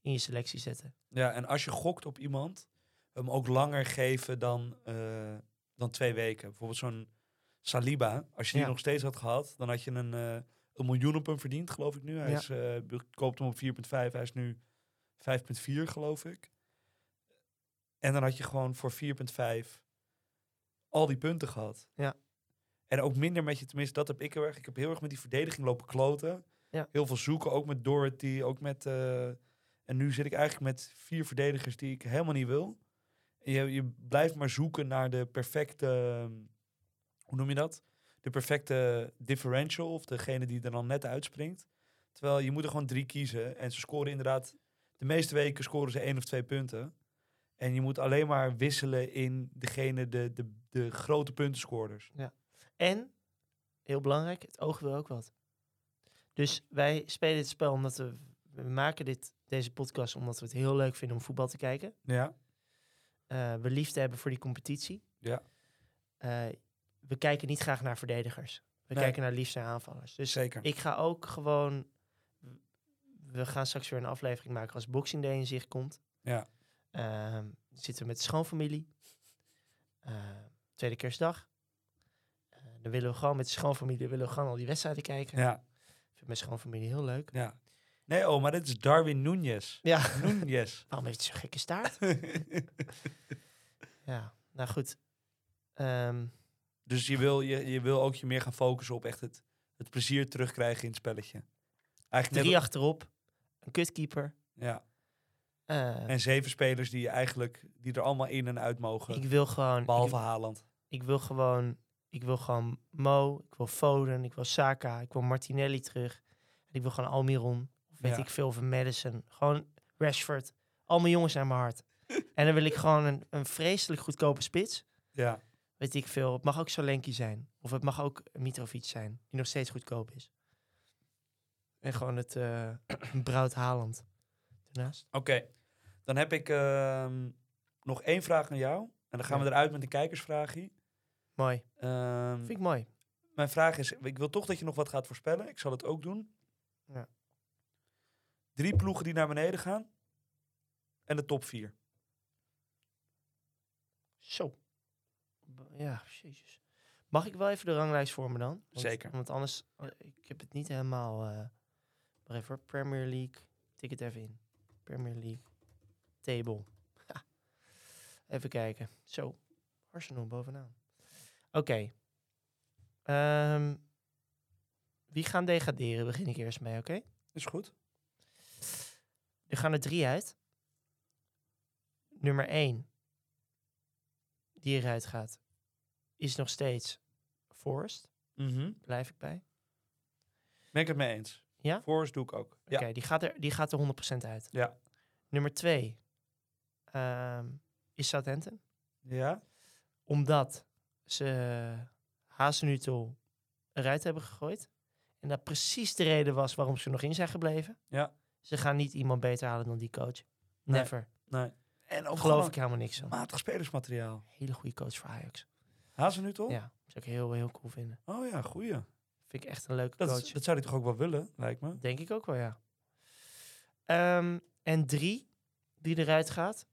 in je selectie zetten.
Ja, en als je gokt op iemand, hem ook langer geven dan, eh, dan twee weken. Bijvoorbeeld zo'n Saliba. Als je die
Ja.
nog steeds had gehad, dan had je een, eh, een miljoen op hem verdiend, geloof ik nu. Hij
Ja.
is, eh, je koopt hem op 4,5. Hij is nu 5,4, geloof ik. En dan had je gewoon voor 4,5 al die punten gehad.
Ja.
En ook minder met je, tenminste, dat heb ik heel erg. Ik heb heel erg met die verdediging lopen kloten.
Ja.
Heel veel zoeken, ook met Dorothy, ook met... eh, en nu zit ik eigenlijk met vier verdedigers die ik helemaal niet wil. En je, je blijft maar zoeken naar de perfecte, ehm, hoe noem je dat? De perfecte differential of degene die er dan net uitspringt. Terwijl je moet er gewoon drie kiezen. En ze scoren inderdaad, de meeste weken scoren ze één of twee punten. En je moet alleen maar wisselen in degene, de, de, de grote puntenscorers.
En, heel belangrijk, het oog wil ook wat. Dus wij spelen dit spel omdat we, we maken dit, deze podcast omdat we het heel leuk vinden om voetbal te kijken.
Ja.
Eh, we liefde hebben voor die competitie.
Ja.
Eh, we kijken niet graag naar verdedigers. We
Nee.
kijken naar liefst naar aanvallers. Dus
Zeker.
Ik ga ook gewoon. We gaan straks weer een aflevering maken als Boxing Day in zicht komt.
Ja.
Ehm, zitten we met de schoonfamilie. Eh, tweede kerstdag. Eh, dan willen we gewoon met de schoonfamilie willen we gewoon al die wedstrijden kijken.
Ja,
Ik vind mijn schoonfamilie heel leuk.
ja. Nee, oh, maar dit is Darwin Núñez.
Ja.
Núñez.
Waarom heeft hij zo'n gekke staart? ja, nou goed. Ehm,
Dus je wil, je, je wil ook je meer gaan focussen op echt het, het plezier terugkrijgen in het spelletje. Eigenlijk net,
Drie achterop. Een kutkeeper.
ja.
Eh,
En zeven spelers die je eigenlijk die er allemaal in en uit mogen.
ik wil gewoon...
behalve Haaland.
ik wil gewoon, ik wil gewoon Mo, ik wil Foden, ik wil Saka, ik wil Martinelli terug. En ik wil gewoon Almiron, of weet
Ja.
ik veel, of een Madison. Gewoon Rashford. Al mijn jongens aan mijn hart. en dan wil ik gewoon een, een vreselijk goedkope spits.
Ja.
Weet ik veel. Het mag ook Solanki zijn. Of het mag ook Mitrovic zijn, die nog steeds goedkoop is. En gewoon het eh Brout Haaland. Daarnaast.
Oké. Dan heb ik ehm, nog één vraag naar jou. En dan gaan we
Ja.
eruit met een kijkersvraagje.
Mooi.
Ehm,
Vind ik mooi.
Mijn vraag is, ik wil toch dat je nog wat gaat voorspellen. Ik zal het ook doen.
Ja.
Drie ploegen die naar beneden gaan. En de top vier.
Zo. B- Ja, jezus. Mag ik wel even de ranglijst voor me dan? Want-
Zeker.
Want anders, eh, ik heb het niet helemaal... eh maar even hoor. Premier League. Tik het even in. Premier League. Table. Ha. Even kijken. Zo. Arsenal bovenaan. Oké. Ehm, wie gaan degraderen? Begin ik eerst mee, oké?
Is goed.
Er gaan er drie uit. Nummer één, die eruit gaat, is nog steeds Forrest. Blijf ik bij.
Ben ik het mee eens.
Ja?
Forrest doe ik ook. Ja.
Oké, die, gaat er, die gaat er 100% uit.
Ja.
Nummer twee ehm, is Southampton.
Ja?
Omdat ze Hazenutel eruit hebben gegooid. En dat precies de reden was waarom ze nog in zijn gebleven.
Ja.
Ze gaan niet iemand beter halen dan die coach.
Nee.
Never.
Nee. En ook
Geloof
geloof
ik helemaal niks
ik
van.
matig spelersmateriaal.
Hele goede coach voor Ajax.
Hazen nu toch?
Ja, zou ik heel, heel cool vinden.
Oh ja, goeie.
Vind ik echt een leuke
Dat,
coach.
is- dat zou hij toch ook wel willen, lijkt me.
Denk ik ook wel, ja. Ehm, en drie die eruit gaat,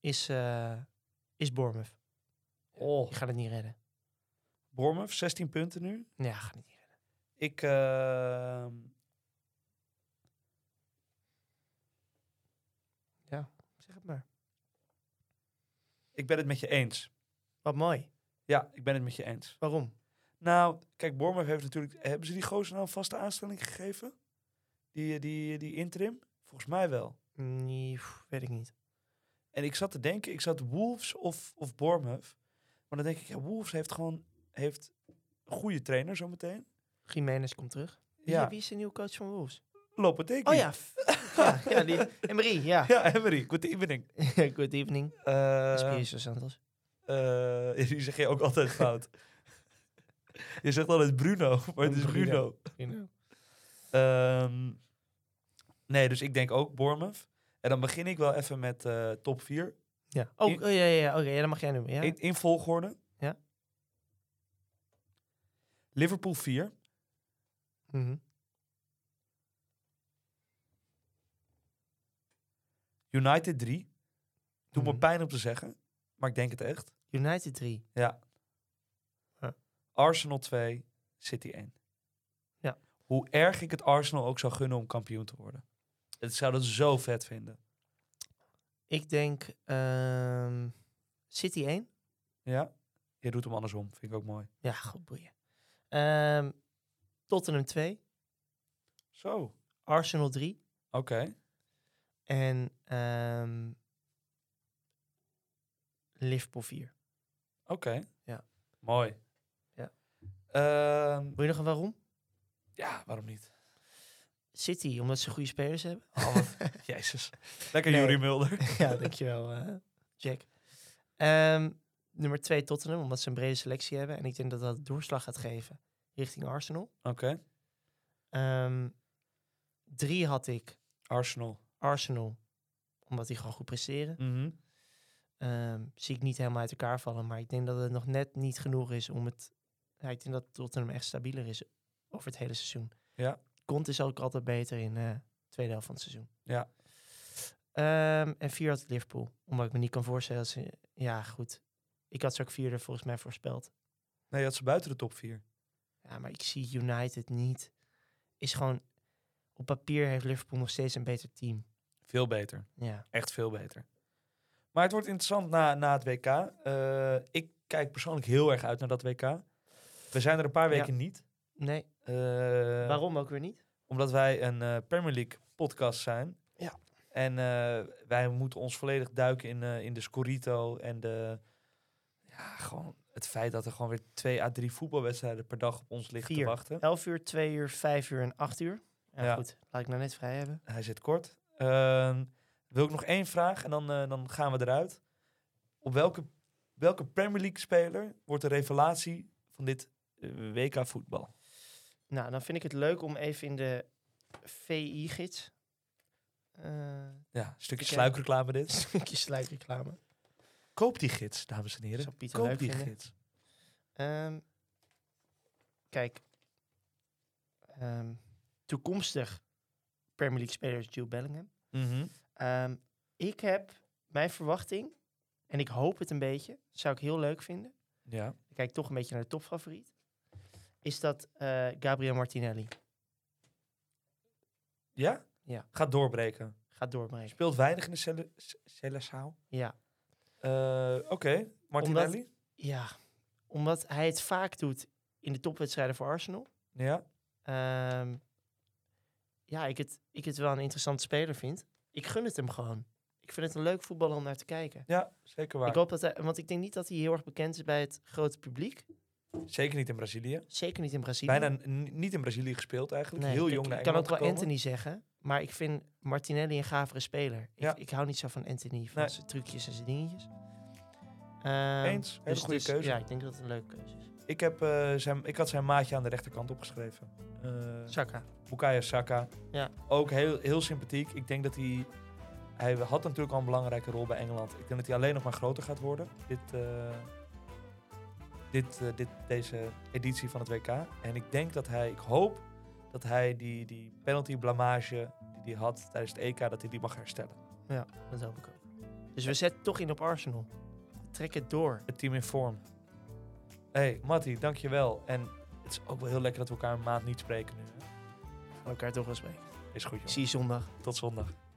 is, eh is Bournemouth.
Oh.
Die gaat het niet redden.
Bournemouth, 16 punten nu.
Ja, gaat het niet redden.
Ik. ehm,
Zeg het maar.
ik ben het met je eens.
Wat mooi.
Ja, ik ben het met je eens.
Waarom?
Nou, kijk, Bournemouth heeft natuurlijk... Hebben ze die gozer nou een vaste aanstelling gegeven? Die, die, die interim? Volgens mij wel.
Nee, pff, weet ik niet.
En ik zat te denken, ik zat Wolves of, of Bournemouth. Maar dan denk ik, ja, Wolves heeft gewoon heeft een goede trainer zometeen.
Jiménez komt terug. Wie,
Ja,
wie is de nieuwe coach van Wolves?
Lopetegui.
Oh ja. f- ja, ja die, Emery, ja.
Ja, Emery, good evening.
Good evening.
Eh
Espirito Santos.
eh die zeg je ook altijd fout. je zegt altijd Bruno, maar het is
Bruno.
Bruno. Ehm, nee, dus ik denk ook Bournemouth. En dan begin ik wel even met eh, top 4.
Ja. Oh,
Ik-
oh, ja, ja, ja. Oké, ja, dan mag jij nu. Ja?
In, in volgorde.
Ja.
Liverpool 4.
Mhm.
United 3. Doet me
Mhm.
pijn om te zeggen, maar ik denk het echt.
United 3.
Ja.
Ja.
Arsenal 2, City 1.
Ja.
Hoe erg ik het Arsenal ook zou gunnen om kampioen te worden. Ik zou dat zo vet vinden.
Ik denk ehm, City 1.
Ja? Je doet hem andersom, vind ik ook mooi.
Ja, goed boeien. Ehm, Tottenham 2,
Zo. Oké.
Arsenal 3 en ehm, Liverpool 4.
Oké.
Ja.
Mooi.
Ja.
Ehm,
Wil je nog een waarom?
ja, waarom niet?
City, omdat ze goede spelers hebben.
Oh, wat- Jezus. Lekker
Nee.
Jury Mulder.
ja, dankjewel, eh, Jack. Ehm, nummer 2 Tottenham, omdat ze een brede selectie hebben. En ik denk dat dat doorslag gaat geven richting Arsenal.
Oké.
Ehm, drie had ik
Arsenal.
Arsenal, omdat die gewoon goed presteren.
Mhm.
Ehm, zie ik niet helemaal uit elkaar vallen. Maar ik denk dat het nog net niet genoeg is om het... Ja, ik denk dat Tottenham echt stabieler is over het hele seizoen.
Ja.
Kont is ook altijd beter in eh, de tweede helft van het seizoen.
Ja.
Ehm, en vier had ik Liverpool. Omdat ik me niet kan voorstellen dat ze... Ja, goed. Ik had ze ook vierde volgens mij voorspeld.
Nee, dat ze buiten de top 4.
Ja, maar ik zie United niet. Is gewoon... Op papier heeft Liverpool nog steeds een beter team.
Veel beter.
Ja.
Echt veel beter. Maar het wordt interessant na, na het WK. Eh, ik kijk persoonlijk heel erg uit naar dat WK. We zijn er een paar
Ja.
weken niet.
Nee,
Eh, Eh,
Waarom ook weer niet?
Omdat wij een eh, Premier League podcast zijn.
Ja.
En eh, wij moeten ons volledig duiken in, eh, in de Scorito en de, ja, gewoon het feit dat er gewoon weer twee à drie voetbalwedstrijden per dag op ons liggen
Vier.
te wachten.
11 uur, 2 uur, 5 uur en 8 uur. Ja,
Ja.
goed. Laat ik nou net vrij hebben.
Hij zit kort. Ehm, wil ik nog één vraag en dan, eh, dan gaan we eruit. Op welke, welke Premier League speler wordt de revelatie van dit eh, WK voetbal?
Nou, dan vind ik het leuk om even in de VI-gids. eh
Ja, een stukje
Oké.
sluikreclame
een
dit.
stukje sluitreclame.
Koop die gids, dames en heren.
Zou Pieter
Koop
leuk
die
vinden.
gids.
Ehm, kijk, ehm, toekomstig Premier League spelers Jude Bellingham.
Mhm.
Ehm, ik heb mijn verwachting, en ik hoop het een beetje, zou ik heel leuk vinden.
Ja.
Ik kijk toch een beetje naar de topfavoriet. Is dat eh, Gabriel Martinelli?
Ja?
Ja.
Gaat doorbreken.
Gaat doorbreken.
Speelt weinig in de Cele- C- Celesaal.
Ja.
Eh, Oké, Martinelli.
ja, omdat hij het vaak doet in de topwedstrijden voor Arsenal.
Ja.
Ehm, ja, ik het, ik het wel een interessante speler vind. Ik gun het hem gewoon. Ik vind het een leuk voetballer om naar te kijken.
ja, zeker waar.
Ik hoop dat hij, want ik denk niet dat hij heel erg bekend is bij het grote publiek.
Zeker niet in Brazilië.
Zeker niet in Brazilië.
Bijna n- niet in Brazilië gespeeld eigenlijk.
Nee,
Heel
kijk,
jong naar
Ik kan ook
Engeland
wel
gekomen.
Anthony zeggen, maar ik vind Martinelli een gavere speler. Ik,
Ja.
ik hou niet zo van Anthony, van
Nee.
zijn trucjes en zijn dingetjes. Ehm,
Eens. Hele goede
dus-
keuze.
Ja, ik denk dat het een leuke keuze is.
Ik, heb, eh, zijn, ik had zijn maatje aan de rechterkant opgeschreven. Eh
Saka.
Bukayo Saka.
Ja.
Ook heel, heel sympathiek. Ik denk dat hij... Hij had natuurlijk al een belangrijke rol bij Engeland. Ik denk dat hij alleen nog maar groter gaat worden. Dit, eh, dit, eh, dit, deze editie van het WK. En ik denk dat hij... Ik hoop dat hij die, die penalty blamage die hij had tijdens het EK... dat hij die mag herstellen.
Dat hoop ik ook. Dus we zetten toch in op Arsenal. We trekken het door.
Het team in vorm. hey, Matty, dankjewel. En het is ook wel heel lekker dat we elkaar een maand niet spreken nu. hè.
Gaan we elkaar toch wel spreken.
Is goed,
Ik
jongen.
zie je zondag.
Tot zondag.